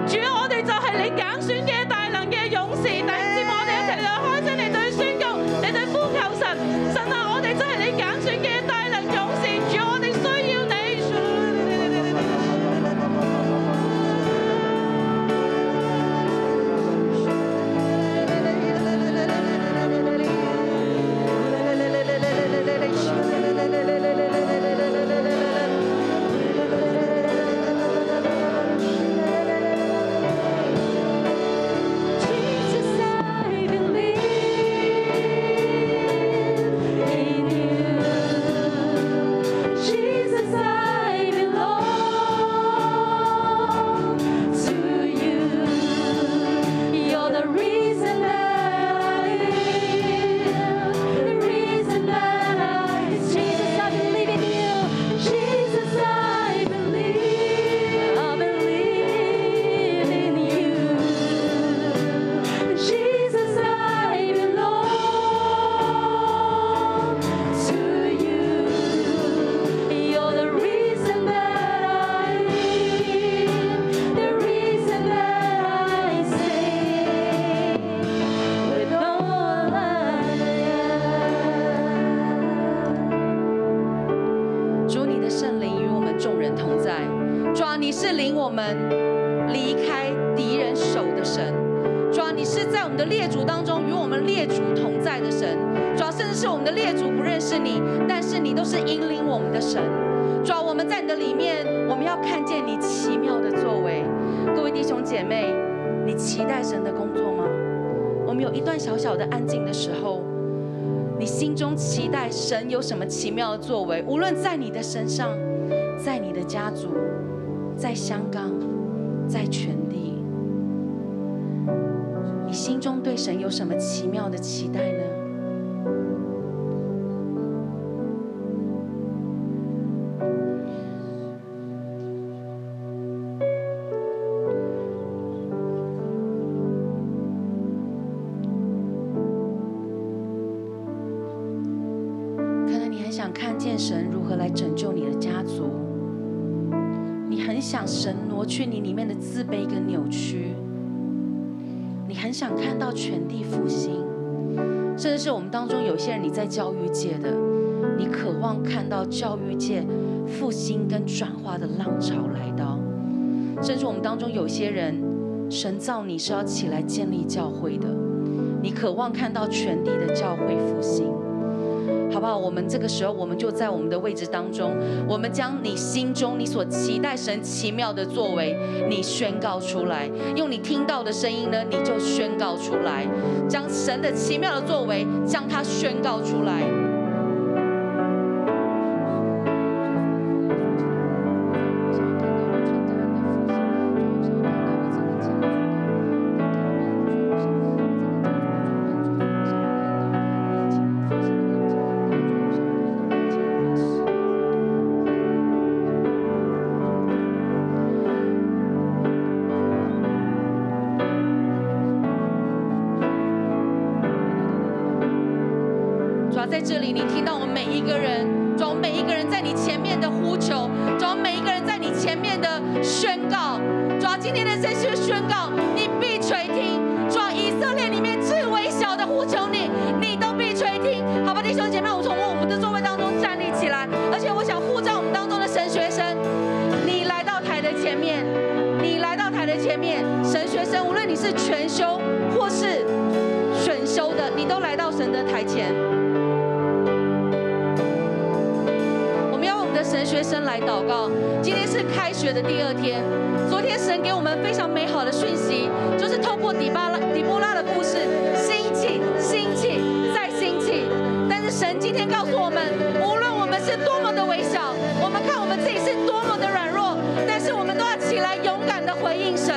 Speaker 6: 主啊，我哋就係你揀選嘅大能嘅勇士。弟兄姊妹，我哋一齊嚟開聲嚟對宣告，嚟對呼求神。神啊，我哋真係你揀選嘅大能勇士。主啊，我哋需要你。
Speaker 4: Jesus, I believe in you. Jesus, I belong to you. You're the reason that I live, the reason that I Jesus, I believe in you. Jesus, I believe, I believe in you. Jesus, I belong to you. You're the reason that I live, the reason that I sing. With all I am.
Speaker 8: 主，你的圣灵与我们众人同在。主啊，你是领我们离开敌人手的神。主啊，你是在我们的列祖当中与我们列祖同在的神。主啊，甚至是我们的列祖不认识你，但是你都是引领我们的神。主啊，我们在你的里面，我们要看见你奇妙的作为。各位弟兄姐妹，你期待神的工作吗？我们有一段小小的安静的时候，你心中期待神有什么奇妙的作为，无论在你的身上，在你的家族，在香港，在全地，你心中对神有什么奇妙的期待呢？想看见神如何来拯救你的家族，你很想神挪去你里面的自卑跟扭曲，你很想看到全地复兴，甚至是我们当中有些人你在教育界的，你渴望看到教育界复兴跟转化的浪潮来到，甚至我们当中有些人，神造你是要起来建立教会的，你渴望看到全地的教会复兴。好不好？我们这个时候，我们就在我们的位置当中，我们将你心中你所期待神奇妙的作为，你宣告出来，用你听到的声音呢，你就宣告出来，将神的奇妙的作为，将它宣告出来。主啊要在这里，你听到我们每一个人，主啊要我们每一个人在你前面的呼求，主啊要我们每一个人在你前面的宣告，主啊要今天的这些宣告，你必垂听。主要以色列里面最微小的呼求你，你都必垂听。好吧，弟兄姐妹，我们从我们的座位当中站立起来，而且我想呼召我们当中的神学生，你来到台的前面，你来到台的前面，神学生，无论你是全修或是选修的，你都来到神的台前。我们要为我们的神学生来祷告。今天是开学的第二天，昨天神给我们非常美好的讯息，就是透过底巴拉、底波拉的故事，兴起、兴起、再兴起。但是神今天告诉我们，无论我们是多么的微小，我们看我们自己是多么的软弱，但是我们都要起来勇敢的回应神，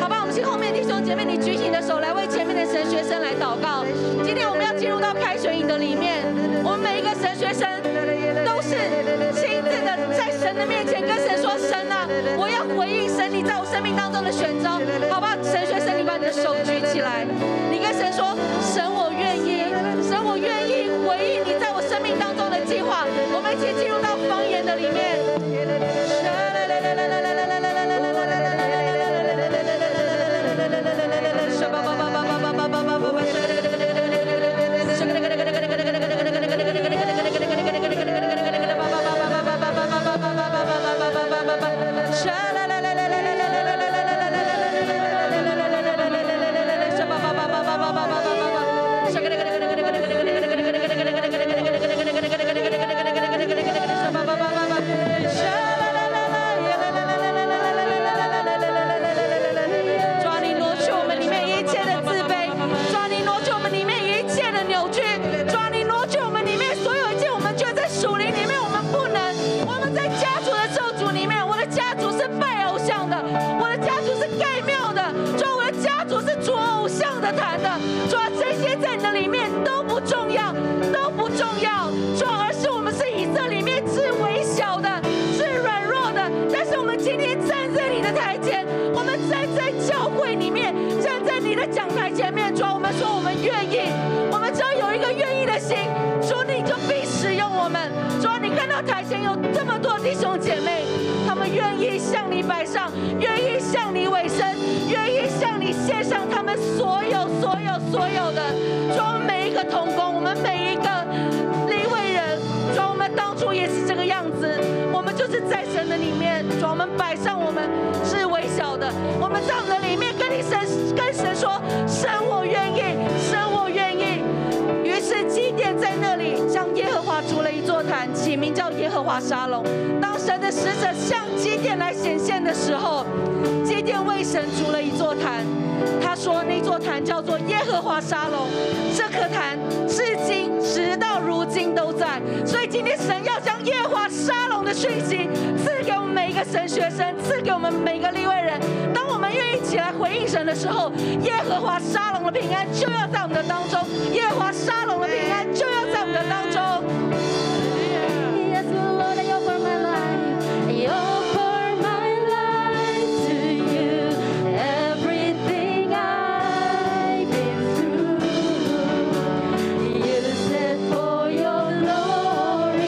Speaker 8: 好吧？我们请后面弟兄姐妹，你举起你的手来为前面的神学生来祷告。今天我们要进入到开学营的里面，我们每一个神学生都是亲自的在神的面前跟神说：“神啊，我要回应神你在我生命当中的选择，好不好？”神学生，你把你的手举起来，你跟神说：“神，我愿意，神，我愿意回应你在我生命当中的计划。”我们一起进入到方言的里面。抓你挪去我们里面一切的自卑，抓你挪去我们里面一切的扭曲，抓你挪去我们里面所有一切，我们觉得在属灵里面我们不能，我们在家族的咒诅里面，我的家族是拜偶像的，我的家族是盖庙的，抓我的家族是做偶像的坛的，抓这些在你的里面都不重要，都不重要，抓而是我们是以色列里面最微小的，最软弱的，但是我们今天站在你的台前，我们站在教会里面，站在你的讲台前面，主啊，我们说我们愿意，我们只要有一个愿意的心，主你就必使用我们。主啊，你看到台前有这么多弟兄姐妹，他们愿意向你摆上，愿意向你委身，愿意向你献上他们所有、所有、所有的。主啊，我们每一个童工，我们每一个立位人，主啊，我们当初也是这个样子，我们就是在神的里面，主啊，我们摆上我们是微小的，我们在我们的里面跟你神跟神说，神我愿意，神我愿意。于是基甸在那里向耶和华筑了一座坛，起名叫耶和华沙龙。当神的使者向基甸来显现的时候，基甸为神筑了一座坛。他说那座坛叫做耶和华沙龙，这颗坛至今直到如今都在。所以今天神要将耶和华沙龙的讯息赐给我们每一个神学生，赐给我们每一个立位人。当我们愿意起来回应神的时候，耶和华沙龙的平安就要在我们的当中，耶和华沙龙的平安就要在我们的当中。
Speaker 4: Yes, my Lord, I offer my life. I offer my life to you. Everything I've been through, you said for your glory.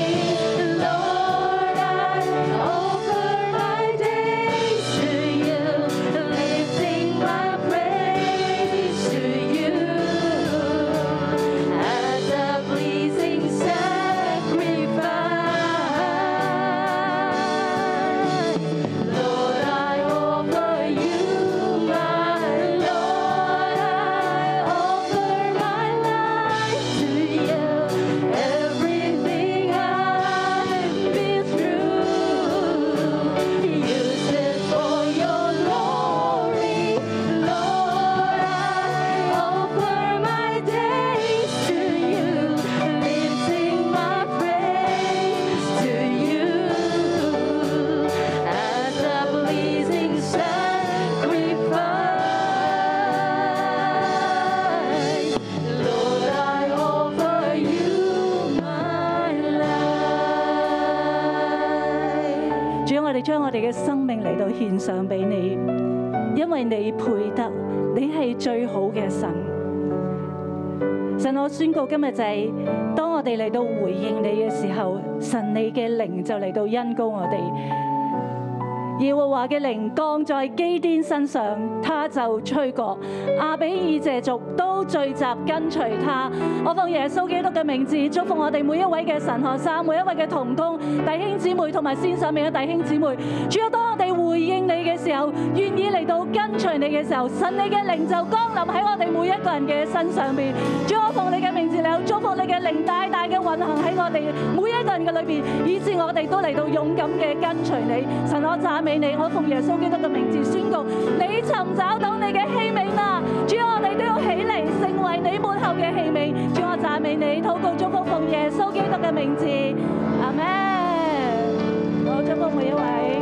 Speaker 9: 將我哋嘅生命嚟到獻上俾你，因為你配得，你係最好嘅神。神，我宣告今日就係、當我哋嚟到回應你嘅時候，神你嘅靈就嚟到恩高我哋。耶和華嘅靈降在基甸身上，他就吹過，亞比以謝族都聚集跟隨他。我奉耶穌基督嘅名字，祝福我哋每一位嘅神學生，每一位嘅童工、弟兄姊妹同埋線上面嘅弟兄姊妹。主要當我哋回應你嘅時候，願意嚟到跟隨你嘅時候，神你嘅靈就降臨喺我哋每一個人嘅身上面。主我奉你嘅名字，你有祝福你嘅靈大大嘅運行喺我哋每一個人嘅裏邊，以致我哋都嚟到勇敢嘅跟隨你。神，我讚美你，我奉耶穌基督嘅名字宣告，你尋找到你嘅器皿啦！主我哋都要起嚟，成為你幕後嘅器皿。主我讚美你，禱告祝福奉耶穌基督嘅名字，阿門。我祝福每一位。